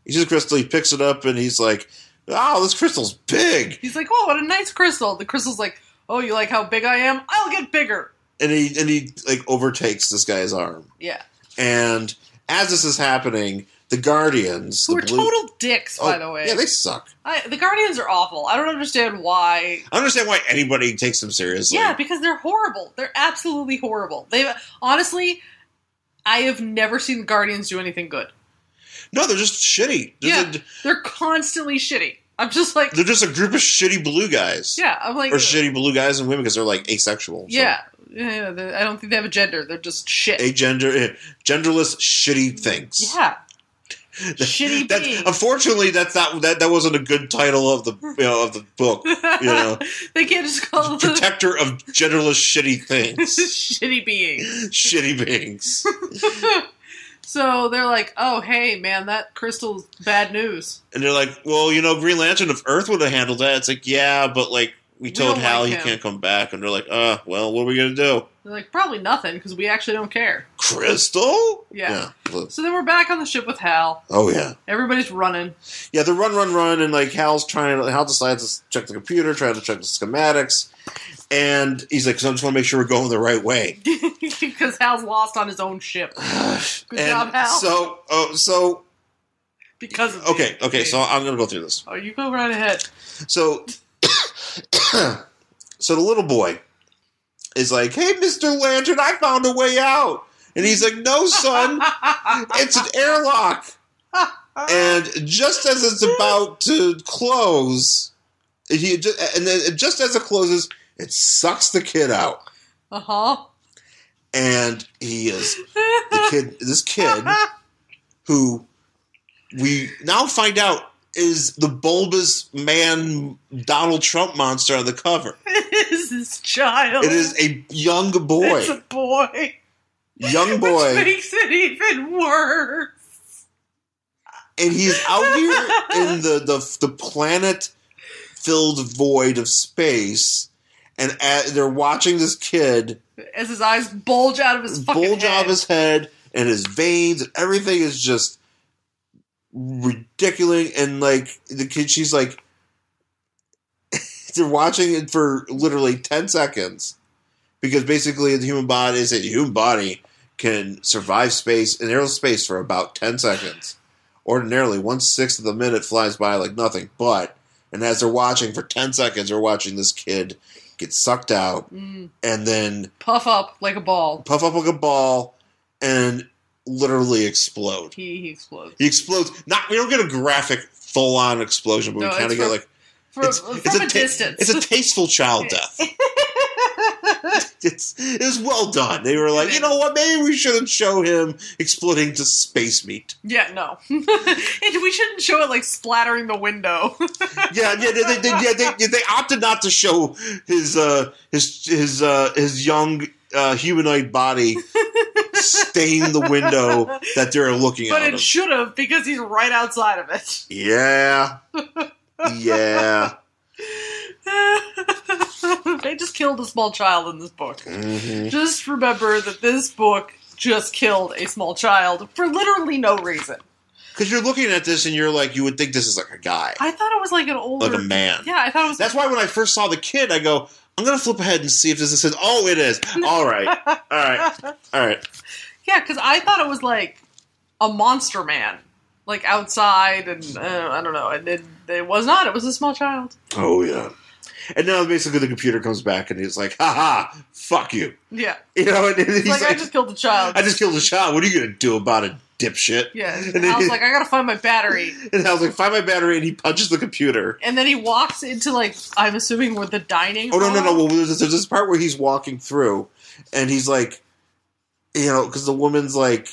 Speaker 2: He sees a crystal, he picks it up, and he's like, "Oh, this crystal's big!"
Speaker 1: He's like, "Oh, what a nice crystal!" The crystal's like, "Oh, you like how big I am? I'll get bigger."
Speaker 2: And he and he like overtakes this guy's arm.
Speaker 1: Yeah,
Speaker 2: And as this is happening, the Guardians,
Speaker 1: who
Speaker 2: the
Speaker 1: are total dicks, by
Speaker 2: Oh,
Speaker 1: the way.
Speaker 2: yeah, they suck.
Speaker 1: I, the Guardians are awful. I don't understand why.
Speaker 2: I don't understand why anybody takes them seriously.
Speaker 1: yeah, because they're horrible. They're absolutely horrible. They honestly, I have never seen the Guardians do anything good.
Speaker 2: no, they're just shitty. They're,
Speaker 1: Yeah.
Speaker 2: just-
Speaker 1: They're constantly shitty. I'm just like,
Speaker 2: they're just a group of shitty blue guys,
Speaker 1: yeah, I'm like,
Speaker 2: or shitty blue guys and women because they're like asexual. So.
Speaker 1: yeah, yeah. they- I don't think they have a gender. They're just shit.
Speaker 2: Agender, eh, genderless, shitty things.
Speaker 1: yeah, shitty
Speaker 2: That's-
Speaker 1: beings.
Speaker 2: unfortunately, that's not that. That wasn't a good title of the you know, of the
Speaker 1: (laughs)
Speaker 2: book. You know,
Speaker 1: they can't just call them (laughs)
Speaker 2: protector of genderless shitty things,
Speaker 1: shitty beings.
Speaker 2: shitty beings.
Speaker 1: (laughs) So they're like, "Oh, hey, man, that crystal's bad news."
Speaker 2: And they're like, well, you know, Green Lantern of Earth would have handled that. It's like, yeah, but like we told
Speaker 1: don't
Speaker 2: Hal
Speaker 1: like
Speaker 2: he
Speaker 1: him.
Speaker 2: can't come back, and they're like, uh, well, what are we gonna do?
Speaker 1: They're like, "Probably nothing because we actually don't care."
Speaker 2: Crystal?
Speaker 1: Yeah.
Speaker 2: Yeah.
Speaker 1: So then we're back on the ship with Hal.
Speaker 2: Oh yeah.
Speaker 1: Everybody's running. (laughs)
Speaker 2: Yeah. The run, run, run, and like Hal's trying. to Hal decides to check the computer, trying to check the schematics, and he's like, so I just want to make sure we're going the right way.
Speaker 1: Because Hal's lost on his own ship
Speaker 2: Good
Speaker 1: job, Hal.
Speaker 2: So, oh, so
Speaker 1: because of
Speaker 2: okay,
Speaker 1: the-
Speaker 2: okay. So I'm gonna go through this.
Speaker 1: oh, you go right ahead.
Speaker 2: So, (coughs) so the little boy is like, "Hey, Mister Lantern, I found a way out," and he's like,
Speaker 1: (laughs)
Speaker 2: "No, son, it's an airlock." And just as it's about to close, he ju- and then just as it closes, it sucks the kid out,
Speaker 1: uh huh.
Speaker 2: and he is the kid.
Speaker 1: (laughs)
Speaker 2: This kid who we now find out is the bulbous man Donald Trump monster on the cover.
Speaker 1: it is his child.
Speaker 2: It is a young boy,
Speaker 1: It's a boy. (laughs)
Speaker 2: young
Speaker 1: Which
Speaker 2: boy,
Speaker 1: makes it even worse.
Speaker 2: and he's out here in the the, the planet filled void of space, and a they're watching this kid
Speaker 1: As his eyes bulge out of his fucking
Speaker 2: bulge out
Speaker 1: head.
Speaker 2: of his head, and his veins and everything is just ridiculous. And like the kid, she's like, (laughs) they're watching it for literally ten seconds because basically the human body is a human body can survive space in aerospace for about ten seconds. Ordinarily, one sixth of the minute flies by like nothing, but and as they're watching for ten seconds, they're watching this kid get sucked out
Speaker 1: Mm.
Speaker 2: and then
Speaker 1: Puff up like a ball.
Speaker 2: puff up like a ball and literally explode.
Speaker 1: He, he explodes.
Speaker 2: He explodes. Not we don't get a graphic full on explosion, but
Speaker 1: No,
Speaker 2: we
Speaker 1: it's
Speaker 2: kind of get
Speaker 1: from-
Speaker 2: like
Speaker 1: From,
Speaker 2: it's,
Speaker 1: from
Speaker 2: it's
Speaker 1: a,
Speaker 2: ta-
Speaker 1: distance.
Speaker 2: It's a
Speaker 1: (laughs)
Speaker 2: tasteful child death. it's it was well done. They were like, you know what? Maybe we shouldn't show him exploding to space meat.
Speaker 1: yeah, no. (laughs) and we shouldn't show it like splattering the window. (laughs)
Speaker 2: Yeah, yeah, they, they, they, yeah, they, yeah, they opted not to show his uh, his his uh, his young uh, humanoid
Speaker 1: (laughs)
Speaker 2: body stain the window that they're looking
Speaker 1: but
Speaker 2: out
Speaker 1: it
Speaker 2: of.
Speaker 1: should have because he's right outside of it. (laughs)
Speaker 2: Yeah. Yeah.
Speaker 1: they just killed a small child in this book.
Speaker 2: Mhm.
Speaker 1: Just remember that this book just killed a small child for literally no reason.
Speaker 2: Because you're looking at this and you're like, you would think this is like a guy,
Speaker 1: I thought it was like an older
Speaker 2: like a man.
Speaker 1: Yeah, I thought it was
Speaker 2: That's why when I first saw the kid, I go, I'm going to flip ahead and see if this is. Oh,
Speaker 1: (laughs)
Speaker 2: it is. All right. All right. All right.
Speaker 1: Yeah, because I thought it was like a monster man, like outside, and uh, I don't know. And it, it was not. It was a small child.
Speaker 2: Oh, yeah. And now basically the computer comes back and he's like, ha ha, fuck you. (laughs)
Speaker 1: Yeah,
Speaker 2: You know, and he's
Speaker 1: it's like,
Speaker 2: like,
Speaker 1: I just killed a child.
Speaker 2: killed a child. What are you going to do about it, dipshit?
Speaker 1: yeah,
Speaker 2: (laughs) And
Speaker 1: I was
Speaker 2: he-
Speaker 1: like, I gotta find my battery.
Speaker 2: And I was like, find my battery. And he punches the computer.
Speaker 1: And then he walks into like I'm assuming where the dining.
Speaker 2: Oh no no
Speaker 1: hall-
Speaker 2: no! Well, there's, there's this part where he's walking through, and he's like, you know, because the woman's like,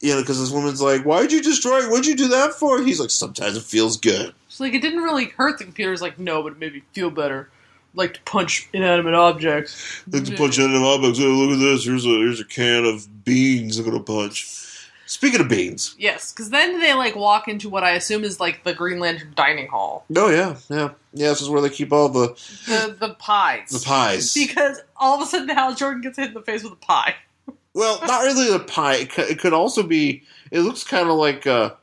Speaker 2: you know, because this woman's like, why'd you destroy? it? What'd you do that for? He's like, sometimes it feels good.
Speaker 1: She's like, it didn't really hurt the computer's like, no, but it made me feel better. Like to punch inanimate objects.
Speaker 2: Like to punch in an object. Hey, look at this. Here's a here's a can of beans. I'm gonna punch. Speaking of beans,
Speaker 1: Yes, because then they like walk into what I assume is like the Green Lantern dining hall.
Speaker 2: oh yeah yeah yeah. This is where they keep all the
Speaker 1: The the pies.
Speaker 2: the pies.
Speaker 1: Because all of a sudden Hal Jordan gets hit in the face with a pie.
Speaker 2: (laughs) Well, not really the pie. It could, it could also be. It looks kind of like a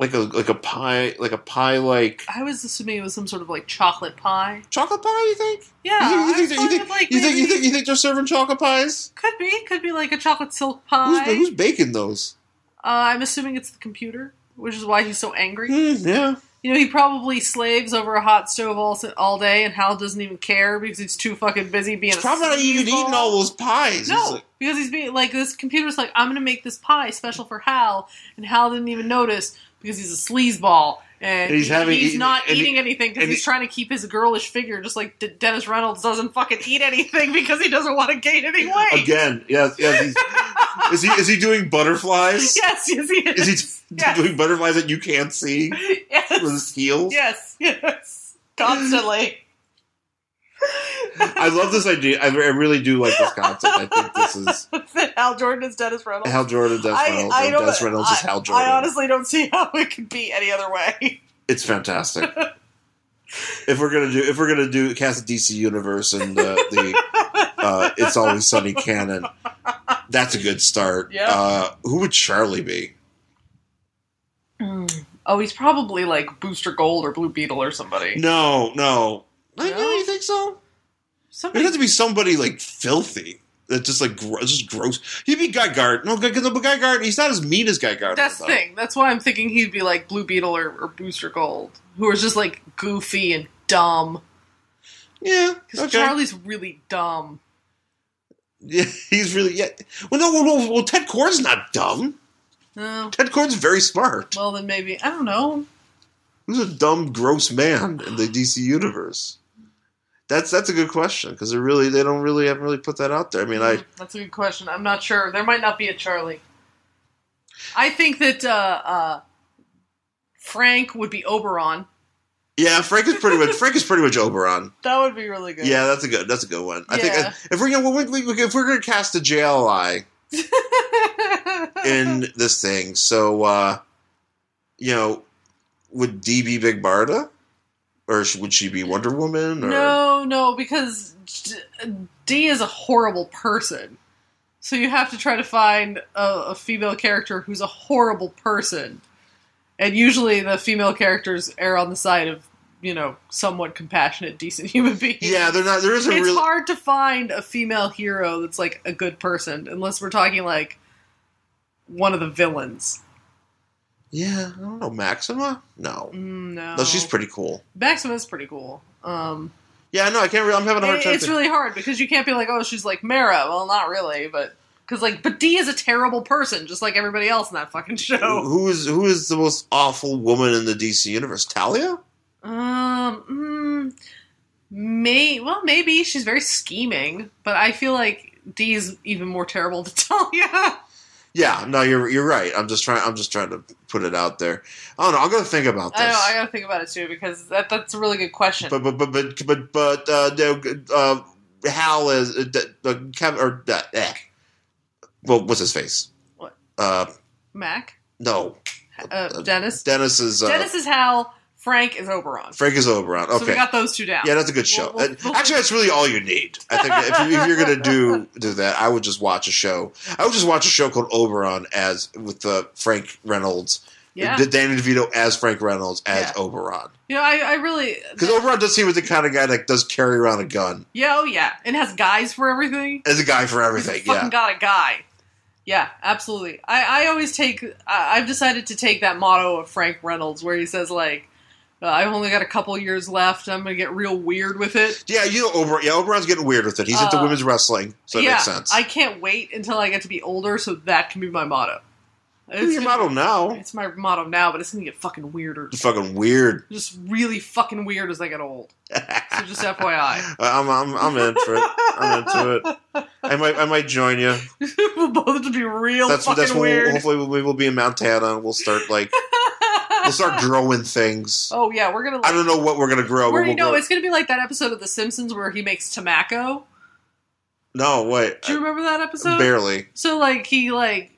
Speaker 2: like a like a pie like a pie like
Speaker 1: I was assuming it was some sort of like chocolate pie.
Speaker 2: chocolate pie. You think?
Speaker 1: Yeah,
Speaker 2: You
Speaker 1: I
Speaker 2: think,
Speaker 1: was
Speaker 2: you,
Speaker 1: wondering,
Speaker 2: think,
Speaker 1: like,
Speaker 2: you, think, you,
Speaker 1: maybe-
Speaker 2: think, you think they're serving chocolate pies?
Speaker 1: could be could be like a chocolate silk pie.
Speaker 2: Who's, who's baking those?
Speaker 1: uh, I'm assuming it's the computer, which is why he's so angry.
Speaker 2: Hmm, yeah.
Speaker 1: You know, he probably slaves over a hot stove all, all day, and Hal doesn't even care because he's too fucking busy being.
Speaker 2: It's probably not
Speaker 1: a
Speaker 2: even
Speaker 1: sleazeball.
Speaker 2: eating all those pies. It's
Speaker 1: No,
Speaker 2: like-
Speaker 1: because he's being like this computer's like, I'm gonna make this pie special for Hal, and Hal didn't even notice because he's a sleazeball and,
Speaker 2: And he's having-
Speaker 1: he's
Speaker 2: he-
Speaker 1: not
Speaker 2: and he-
Speaker 1: eating anything because
Speaker 2: and
Speaker 1: he's
Speaker 2: he-
Speaker 1: trying to keep his girlish figure, just like D- Dennis Reynolds doesn't fucking eat anything (laughs) because he doesn't want to gain any weight.
Speaker 2: Again, yes,
Speaker 1: (laughs)
Speaker 2: yes. he's- is he is he doing butterflies?
Speaker 1: Yes, yes, he is.
Speaker 2: Is (laughs) he
Speaker 1: Yes.
Speaker 2: doing butterflies that you can't see with
Speaker 1: (laughs) yes,
Speaker 2: his heels?
Speaker 1: yes, (laughs) yes, constantly. (laughs)
Speaker 2: I love this idea. I, I really do like this concept. I think this
Speaker 1: (laughs)
Speaker 2: is
Speaker 1: Hal Jordan is Dennis Reynolds.
Speaker 2: Hal Jordan, Dennis Reynolds. and Dennis Reynolds is
Speaker 1: I-
Speaker 2: Hal Jordan.
Speaker 1: I honestly don't see (laughs) how it could be any other way. (laughs)
Speaker 2: it's fantastic. if we're gonna do if we're gonna do cast the DC universe and uh, the uh, it's always sunny canon, that's a good start.
Speaker 1: Yeah.
Speaker 2: Uh, who would Charlie be?
Speaker 1: Oh, he's probably like Booster Gold or Blue Beetle or somebody.
Speaker 2: No, no. I
Speaker 1: No?
Speaker 2: know you think so. It'd
Speaker 1: Somebody.
Speaker 2: have to be somebody like filthy. That just like gro- just gross. He'd be Guy Gard. No, Guy, no, but Guy Gard. He's not as mean as Guy Gard.
Speaker 1: That's the thing. That's why I'm thinking he'd be like Blue Beetle or, or Booster Gold, who are just like goofy and dumb.
Speaker 2: Yeah.
Speaker 1: Because
Speaker 2: Okay.
Speaker 1: Charlie's really dumb.
Speaker 2: (laughs) Yeah, he's really yeah. Well, no, well, well, well, Ted Kord's not dumb.
Speaker 1: Oh,
Speaker 2: Ted Kord's very smart.
Speaker 1: well, then maybe I don't know.
Speaker 2: Who's a dumb, gross man in the DC universe? That's that's a good question because they really they don't really haven't really put that out there. I mean, I
Speaker 1: Hmm, That's a good question. I'm not sure. There might not be a Charlie. I think that uh, uh, Frank would be Oberon.
Speaker 2: yeah, Frank is pretty much Frank is pretty much Oberon.
Speaker 1: That would be really (laughs) good.
Speaker 2: Yeah, that's a good that's a good one. I
Speaker 1: Yeah.
Speaker 2: think if we're gonna well, we, we, if we're gonna cast a JLI
Speaker 1: (laughs)
Speaker 2: in this thing, so uh you know, would D be Big Barda, or sh- would she be Wonder Woman? Or
Speaker 1: No, no, because D- D is a horrible person. So you have to try to find a, a female character who's a horrible person, and usually the female characters err on the side of you know somewhat compassionate, decent human beings.
Speaker 2: Yeah, they're not. There isn't
Speaker 1: it's
Speaker 2: really.
Speaker 1: hard to find a female hero that's like a good person, unless we're talking like one of the villains.
Speaker 2: Yeah, I don't know. Maxima? No.
Speaker 1: Mm, no,
Speaker 2: No, she's pretty cool.
Speaker 1: Maxima's pretty cool. Um,
Speaker 2: Yeah, no, I can't. Re- I'm having a hard
Speaker 1: it-
Speaker 2: time.
Speaker 1: it's
Speaker 2: thi-
Speaker 1: really hard because you can't be like, oh, she's like Mara. Well, not really, but because like, but Dee is a terrible person, just like everybody else in that fucking show.
Speaker 2: Who is who is the most awful woman in the DC universe? Talia?
Speaker 1: Um, mm, may well maybe she's very scheming, but I feel like Dee is even more terrible to (laughs) Talia.
Speaker 2: Yeah, no, you're you're right. I'm just trying. I'm just trying to put it out there. I don't know. I'm gonna think about this.
Speaker 1: I know. I gotta think about it too because that, that's a really good question.
Speaker 2: but but but but but but uh, no, uh, Hal is uh, d- uh, Kev or uh, eh. well, what's his face?
Speaker 1: What?
Speaker 2: Uh,
Speaker 1: Mac,
Speaker 2: no,
Speaker 1: uh, Dennis,
Speaker 2: Dennis is uh,
Speaker 1: Dennis is Hal. Frank is Oberon.
Speaker 2: Frank is Oberon. Okay,
Speaker 1: So we got those two down.
Speaker 2: yeah, that's a good show.
Speaker 1: We'll-
Speaker 2: Uh,
Speaker 1: we'll-
Speaker 2: Actually, that's really all you need. I think if, you, if you're gonna do do that, I would just watch a show. I would just watch a show called Oberon as with uh, Frank Reynolds,
Speaker 1: Yeah.
Speaker 2: D- Danny DeVito as Frank Reynolds as
Speaker 1: Yeah.
Speaker 2: Oberon.
Speaker 1: You know, I, I really.
Speaker 2: Because Oberon does seem like the kind of guy that does carry around a gun
Speaker 1: Yeah, oh yeah. And has guys for everything.
Speaker 2: as a guy for
Speaker 1: He's
Speaker 2: everything.
Speaker 1: fucking
Speaker 2: Yeah.
Speaker 1: got a guy. Yeah, absolutely. I, I always take. I, I've decided to take that motto of Frank Reynolds where he says, like, uh, I've only got a couple years left. I'm going to get real weird with it.
Speaker 2: Yeah, you know, Oberon, yeah, Oberon's getting weird with it. He's into
Speaker 1: Uh,
Speaker 2: women's wrestling, so it
Speaker 1: yeah,
Speaker 2: makes sense.
Speaker 1: I can't wait until I get to be older so that can be my motto.
Speaker 2: Who's your
Speaker 1: gonna-
Speaker 2: model now?
Speaker 1: It's my motto now, but it's going to get fucking weirder.
Speaker 2: It's fucking weird. (laughs)
Speaker 1: Just really fucking weird as I get old. So
Speaker 2: I'm, (laughs)
Speaker 1: just (laughs) FYI.
Speaker 2: I'm, I'm in for it. I'm into it. I might, I might join you.
Speaker 1: We're both to be real
Speaker 2: That's
Speaker 1: fucking
Speaker 2: that's when we'll,
Speaker 1: weird.
Speaker 2: hopefully we will be in Mount Tana. We'll start
Speaker 1: (laughs)
Speaker 2: like we'll start growing things.
Speaker 1: oh yeah, we're gonna. Like,
Speaker 2: I don't know what we're gonna grow.
Speaker 1: Where
Speaker 2: but
Speaker 1: you
Speaker 2: we'll
Speaker 1: know
Speaker 2: grow-
Speaker 1: it's gonna be like that episode of The Simpsons where he makes tobacco.
Speaker 2: no, wait,
Speaker 1: Do you remember that episode?
Speaker 2: barely. (sighs)
Speaker 1: So like he like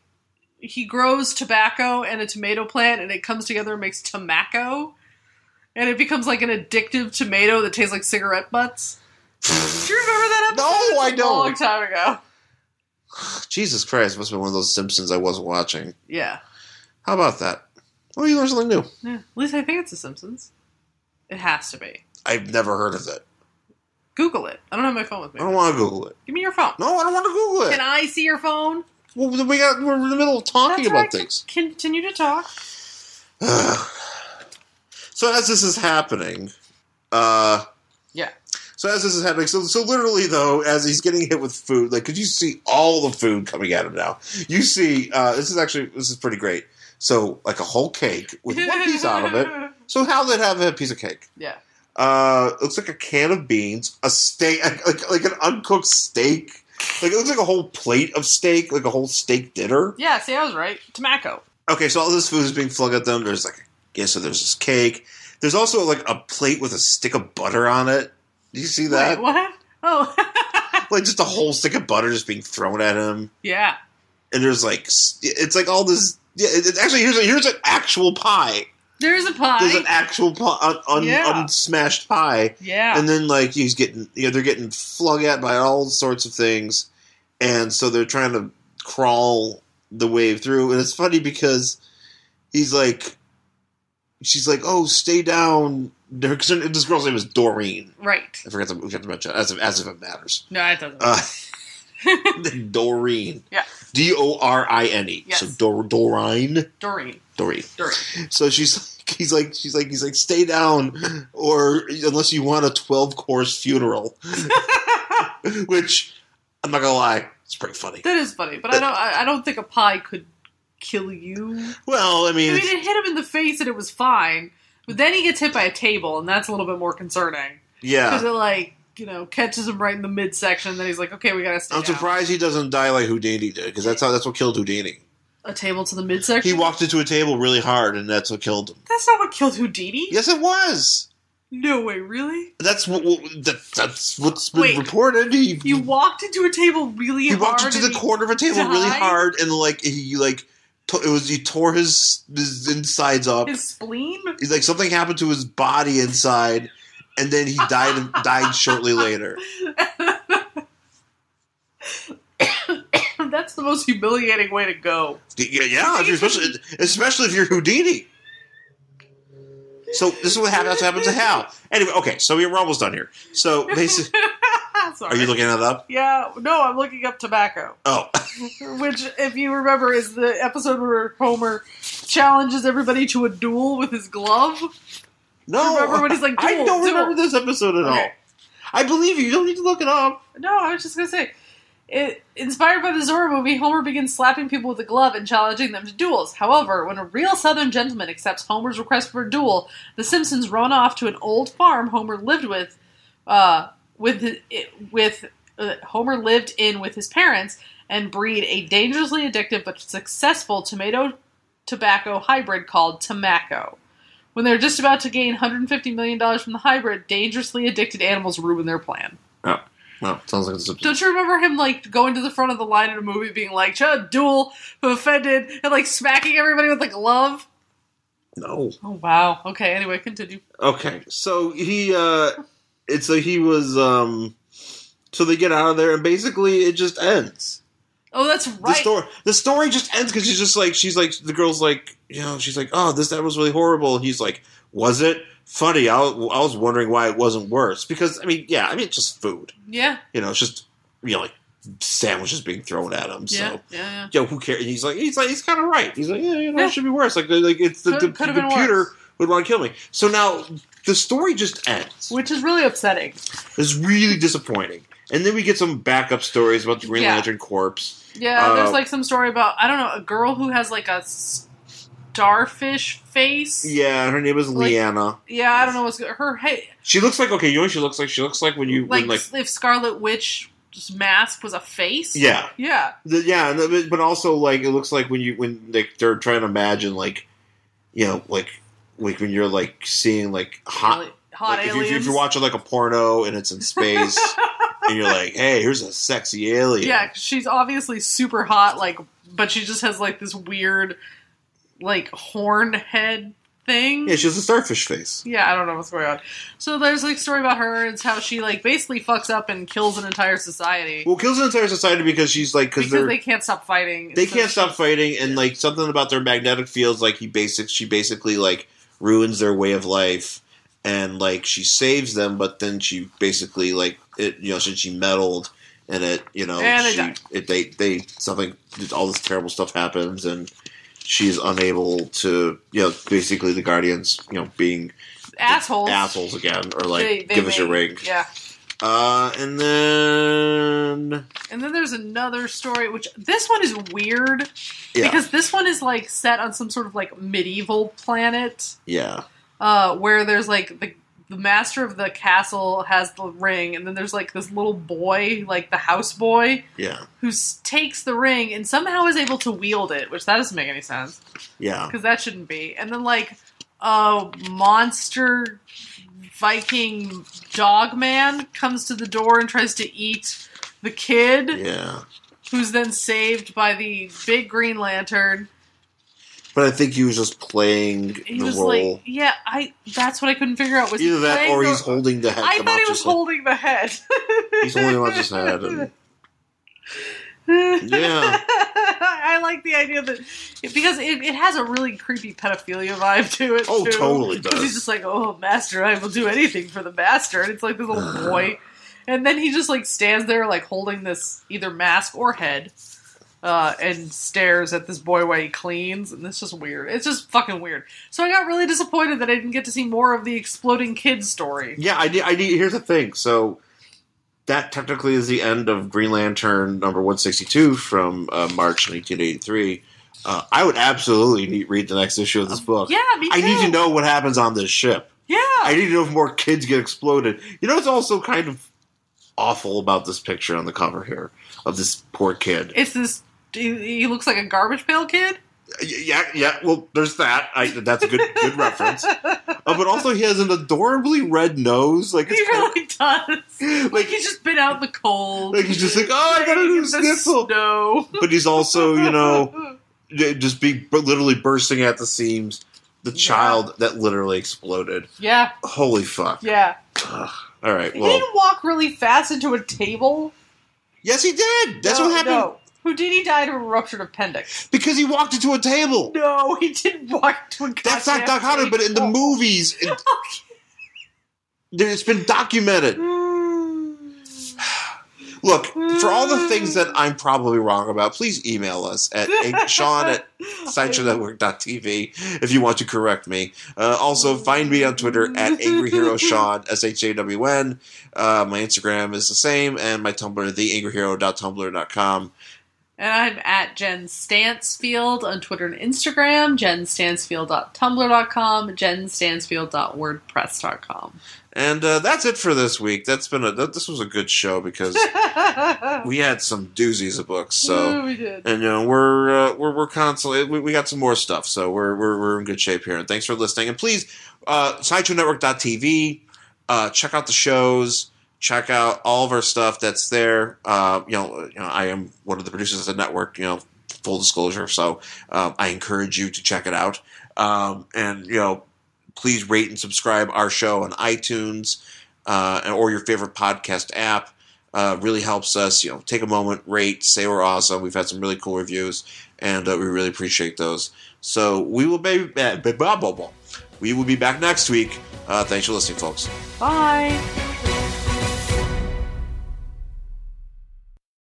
Speaker 1: he grows tobacco and a tomato plant, and it comes together and makes tobacco, and it becomes like an addictive tomato that tastes like cigarette
Speaker 2: (laughs)
Speaker 1: butts. Do you remember that
Speaker 2: No,
Speaker 1: episode? It's a
Speaker 2: I
Speaker 1: Long
Speaker 2: don't.
Speaker 1: time ago.
Speaker 2: Jesus Christ, must have been one of those Simpsons I wasn't watching.
Speaker 1: Yeah.
Speaker 2: How about that? Oh, you learned something new.
Speaker 1: yeah. At least I think it's The Simpsons. It has to be.
Speaker 2: I've never heard of it.
Speaker 1: Google it. I don't have my phone with
Speaker 2: I
Speaker 1: me.
Speaker 2: don't want to Google it.
Speaker 1: Give me your phone.
Speaker 2: Oh. No, I don't want to Google it.
Speaker 1: Can I see your phone?
Speaker 2: Well, then we got we're in the middle of talking
Speaker 1: That's
Speaker 2: about
Speaker 1: right.
Speaker 2: things.
Speaker 1: Continue to talk.
Speaker 2: (sighs) so as this is happening, uh,
Speaker 1: Yeah.
Speaker 2: So as this is happening, so so literally though, as he's getting hit with food, like could you see all the food coming at him now? You see, uh, this is actually this is pretty great. So like a whole cake with one piece out of it. So how did have a piece of cake?
Speaker 1: (laughs) Yeah.
Speaker 2: Uh, looks like a can of beans, a steak, like like an uncooked steak. Like it looks like a whole plate of steak, like a whole steak dinner.
Speaker 1: Yeah, see, I was right. Tobacco.
Speaker 2: okay, so all this food is being flung at them. There's like, yeah, so there's this cake. There's also like a plate with a stick of butter on it. Do you see that?
Speaker 1: Wait, what? Oh, (laughs)
Speaker 2: like just a whole stick of butter just being thrown at him.
Speaker 1: yeah.
Speaker 2: And there's like, s- it's like all this. Yeah, it, it- actually, here's a, here's an actual pie.
Speaker 1: There's a pie.
Speaker 2: There's an actual pie, un, un,
Speaker 1: Yeah.
Speaker 2: unsmashed pie.
Speaker 1: yeah.
Speaker 2: And then like he's getting, you know, they're getting flung at by all sorts of things, and so they're trying to crawl the way through. And it's funny because he's like, she's like, "Oh, stay down." Her- 'cause her- This girl's name is Doreen.
Speaker 1: right.
Speaker 2: I forgot to, we forgot to mention as if, as if it matters.
Speaker 1: No, it doesn't. (laughs)
Speaker 2: Uh, Doreen.
Speaker 1: Yeah.
Speaker 2: D O R I N E.
Speaker 1: Yes.
Speaker 2: So Dor- Dorine.
Speaker 1: Doreen.
Speaker 2: Doreen.
Speaker 1: Doreen.
Speaker 2: So she's like, he's like, she's like, he's like, stay down, or unless you want a twelve course
Speaker 1: (laughs)
Speaker 2: funeral, which I'm not gonna lie, it's pretty funny.
Speaker 1: That is funny, but I don't. I, I don't think a pie could kill you.
Speaker 2: Well, I
Speaker 1: I
Speaker 2: mean,
Speaker 1: mean, it hit him in the face and it was fine. But then he gets hit by a table, and that's a little bit more concerning because
Speaker 2: yeah,
Speaker 1: it like you know catches him right in the midsection. And then he's like, okay, we gotta stay
Speaker 2: I'm
Speaker 1: down.
Speaker 2: surprised he doesn't die like Houdini did because that's how that's what killed Houdini.
Speaker 1: A table to the midsection.
Speaker 2: He walked into a table really hard, and that's what killed him.
Speaker 1: That's not what killed Houdini.
Speaker 2: Yes, it was.
Speaker 1: No way, really?
Speaker 2: That's what that, that's what's been
Speaker 1: Wait.
Speaker 2: reported. He,
Speaker 1: You walked into a table really
Speaker 2: he
Speaker 1: hard.
Speaker 2: walked into
Speaker 1: and
Speaker 2: the
Speaker 1: he-
Speaker 2: corner of a table really
Speaker 1: died?
Speaker 2: hard, and like he like to, it was he tore his his insides up.
Speaker 1: His spleen? (laughs)
Speaker 2: He's like something happened to his body inside, and then he
Speaker 1: (laughs)
Speaker 2: died died shortly later.
Speaker 1: that that's the most humiliating way to go.
Speaker 2: Yeah, yeah if you're especially, especially if you're Houdini. So this is what happens. happens to Hal. Anyway, okay. So we're almost done here. So basically,
Speaker 1: (laughs) Sorry.
Speaker 2: are you looking it up?
Speaker 1: Yeah, no, I'm looking up tobacco,
Speaker 2: Oh, (laughs)
Speaker 1: which, if you remember, is the episode where Homer challenges everybody to a duel with his glove.
Speaker 2: no.
Speaker 1: Remember when he's like,
Speaker 2: I
Speaker 1: "Duel,
Speaker 2: don't
Speaker 1: duel."
Speaker 2: remember this episode at all.
Speaker 1: Okay.
Speaker 2: I believe you. You don't need to look it up.
Speaker 1: No, I was just gonna say, it, inspired by the Zorro movie, Homer begins slapping people with a glove and challenging them to duels. However, when a real Southern gentleman accepts Homer's request for a duel, the Simpsons run off to an old farm Homer lived with, uh, with hi- it- with uh, Homer lived in with his parents and breed a dangerously addictive but successful tomato tobacco hybrid called Tamaco. When they're just about to gain $150 million from the hybrid, dangerously addicted animals ruin their plan.
Speaker 2: No, sounds like it's a
Speaker 1: Don't you remember him like going to the front of the line in a movie, being like "Chud duel offended" and like smacking everybody with a glove?
Speaker 2: no.
Speaker 1: Oh wow. Okay. Anyway, continue.
Speaker 2: Okay, so he, uh, it's a he was, um, so they get out of there, and basically it just ends.
Speaker 1: Oh, that's
Speaker 2: The
Speaker 1: right.
Speaker 2: story, the story just ends because she's just like, she's like, the girl's like, you know, she's like, oh, this that was really horrible. And he's like, was it funny? I, wa- I was wondering why it wasn't worse because I mean, yeah, I mean, it's just food,
Speaker 1: yeah.
Speaker 2: you know, it's just you know, like sandwiches being thrown at him.
Speaker 1: Yeah.
Speaker 2: So
Speaker 1: Yeah.
Speaker 2: yo, who cares? And he's like, he's like, he's kind of right. He's like, yeah, you know,
Speaker 1: Yeah.
Speaker 2: it should be worse. Like, like it's the, the,
Speaker 1: Could-
Speaker 2: the
Speaker 1: could've been
Speaker 2: computer
Speaker 1: worse.
Speaker 2: would want to kill me. So now the story just ends.
Speaker 1: yeah. Which is really upsetting.
Speaker 2: It's really disappointing. And then we get some backup stories about the Green
Speaker 1: Yeah.
Speaker 2: Lantern Corpse.
Speaker 1: Yeah.
Speaker 2: Uh,
Speaker 1: there's like some story about I don't know a girl who has like a starfish face.
Speaker 2: Yeah, her name is
Speaker 1: Like-
Speaker 2: Liana.
Speaker 1: Yeah, I don't know what's good. her head.
Speaker 2: She looks like okay. You know what she looks like? She looks like when you
Speaker 1: Like,
Speaker 2: when like
Speaker 1: if Scarlet Witch just mask was a face.
Speaker 2: yeah,
Speaker 1: Yeah.
Speaker 2: The- yeah. and the- But also like it looks like when you when like they're trying to imagine like you know like like when you're like seeing like hot
Speaker 1: Really- Hot
Speaker 2: like, if, you,
Speaker 1: aliens.
Speaker 2: if you're watching like a porno and it's in space and
Speaker 1: (laughs)
Speaker 2: you're like, hey, here's a sexy alien.
Speaker 1: Yeah, she's obviously super hot, like, but she just has like this weird, like, horn head thing.
Speaker 2: yeah. She has a starfish face.
Speaker 1: Yeah, I don't know what's going on. So there's like story about her. It's how she like basically fucks up and kills an entire society
Speaker 2: Well, kills an entire society because she's like because
Speaker 1: because
Speaker 2: they're
Speaker 1: they can't stop fighting.
Speaker 2: they
Speaker 1: So
Speaker 2: can't
Speaker 1: she-
Speaker 2: stop fighting and like something about their magnetic fields like he basic she basically like ruins their way of life and like she saves them but then she basically like it you know since she meddled and it you know
Speaker 1: And they
Speaker 2: she,
Speaker 1: die.
Speaker 2: it, they they something all this terrible stuff happens and she's unable to you know basically the guardians you know being
Speaker 1: assholes.
Speaker 2: assholes again or like
Speaker 1: They- they
Speaker 2: give us your
Speaker 1: made-
Speaker 2: ring
Speaker 1: Yeah,
Speaker 2: uh and then
Speaker 1: and then there's another story which this one is weird
Speaker 2: yeah
Speaker 1: because this one is like set on some sort of like medieval planet.
Speaker 2: yeah
Speaker 1: uh, where there's like the the master of the castle has the ring, and then there's like this little boy, like the house boy,
Speaker 2: yeah
Speaker 1: who s- takes the ring and somehow is able to wield it, which that doesn't make any sense
Speaker 2: yeah
Speaker 1: because that shouldn't be. And then like a monster Viking dog man comes to the door and tries to eat the kid,
Speaker 2: yeah
Speaker 1: who's then saved by the big Green Lantern.
Speaker 2: But I think he was just playing
Speaker 1: He
Speaker 2: the
Speaker 1: was
Speaker 2: role.
Speaker 1: like, "Yeah, I." That's what I couldn't figure out was he
Speaker 2: Either that,
Speaker 1: playing
Speaker 2: or
Speaker 1: the-
Speaker 2: he's holding the head.
Speaker 1: I thought he
Speaker 2: the monster's
Speaker 1: was
Speaker 2: head.
Speaker 1: holding the head.
Speaker 2: He's holding on to his
Speaker 1: (laughs)
Speaker 2: head. and- Yeah.
Speaker 1: I like the idea that because it, it has a really creepy pedophilia vibe to it.
Speaker 2: Oh,
Speaker 1: too.
Speaker 2: totally
Speaker 1: 'Cause
Speaker 2: does.
Speaker 1: He's just like, oh, master, I will do anything for the master, and it's like this little
Speaker 2: Ugh.
Speaker 1: boy, and then he just like stands there like holding this either mask or head. Uh, and stares at this boy while he cleans, and it's just weird. It's just fucking weird. So I got really disappointed that I didn't get to see more of the exploding kid story.
Speaker 2: yeah, I need. I need. Here's the thing. So that technically is the end of Green Lantern number one sixty two from uh, March nineteen eighty three. Uh, I would absolutely need, read the next issue of this book.
Speaker 1: Um, Yeah, me too.
Speaker 2: I need to know what happens on this ship.
Speaker 1: Yeah,
Speaker 2: I need to know if more kids get exploded. You know, it's also kind of awful about this picture on the cover here of this poor kid.
Speaker 1: it's this. He he looks like a garbage pail kid. (laughs)
Speaker 2: Yeah, yeah. Well, there's that. I, that's a good good reference. Uh, but also, he has an adorably red nose. Like
Speaker 1: He
Speaker 2: it's kind
Speaker 1: really does.
Speaker 2: of,
Speaker 1: Like
Speaker 2: (laughs) like
Speaker 1: he's just been out in the cold.
Speaker 2: like he's just like oh, I got a
Speaker 1: in
Speaker 2: new
Speaker 1: the
Speaker 2: sniffle.
Speaker 1: snow.
Speaker 2: But he's also you know
Speaker 1: (laughs)
Speaker 2: j- just be but literally bursting at the seams. The
Speaker 1: Yeah.
Speaker 2: child that literally exploded.
Speaker 1: Yeah,
Speaker 2: Holy fuck!
Speaker 1: yeah.
Speaker 2: Ugh. All right.
Speaker 1: He
Speaker 2: Well,
Speaker 1: didn't walk really fast into a table.
Speaker 2: yes, he did. That's
Speaker 1: No,
Speaker 2: what happened.
Speaker 1: no. Houdini died of a ruptured appendix.
Speaker 2: because he walked into a table.
Speaker 1: (laughs) No, he didn't walk to a
Speaker 2: That's not
Speaker 1: goddamn
Speaker 2: Doc Hunter, but in the
Speaker 1: table.
Speaker 2: movies,
Speaker 1: (laughs)
Speaker 2: it, there- it's been documented. (laughs)
Speaker 1: Mm.
Speaker 2: Look, for all the things that I'm probably wrong about, please email us at
Speaker 1: (laughs)
Speaker 2: Sean at SideshowNetwork.tv if you want to correct me. Uh, also, find me on Twitter at Angry Hero Sean, S H A W N. Uh, my Instagram is the same, and my Tumblr, theangryhero.tumblr.com.
Speaker 1: And I'm at Jen Stansfield on Twitter and Instagram, jenstansfield.tumblr.com, (laughs) jenstansfield.wordpress.com.
Speaker 2: And uh, that's it for this week. That's been a that, this was a good show
Speaker 1: (laughs)
Speaker 2: because we had some doozies of books. So.
Speaker 1: Ooh, we did.
Speaker 2: And you know we're uh, we're we're constantly we, we got some more stuff, so we're we're we're in good shape here. And thanks for listening. And please, uh, SideshowNetwork.tv, uh, check out the shows, check out all of our stuff that's there. Uh, you know, you know, I am one of the producers of the network. You know, full disclosure, so um, I encourage you to check it out. Um, and you know, please rate and subscribe our show on iTunes uh, or your favorite podcast app uh, really helps us. You know, take a moment, rate, say we're awesome. We've had some really cool reviews, and uh, we really appreciate those. So we will be uh, blah, blah, blah, blah. we will be back next week. Uh, thanks for listening, folks.
Speaker 1: Bye.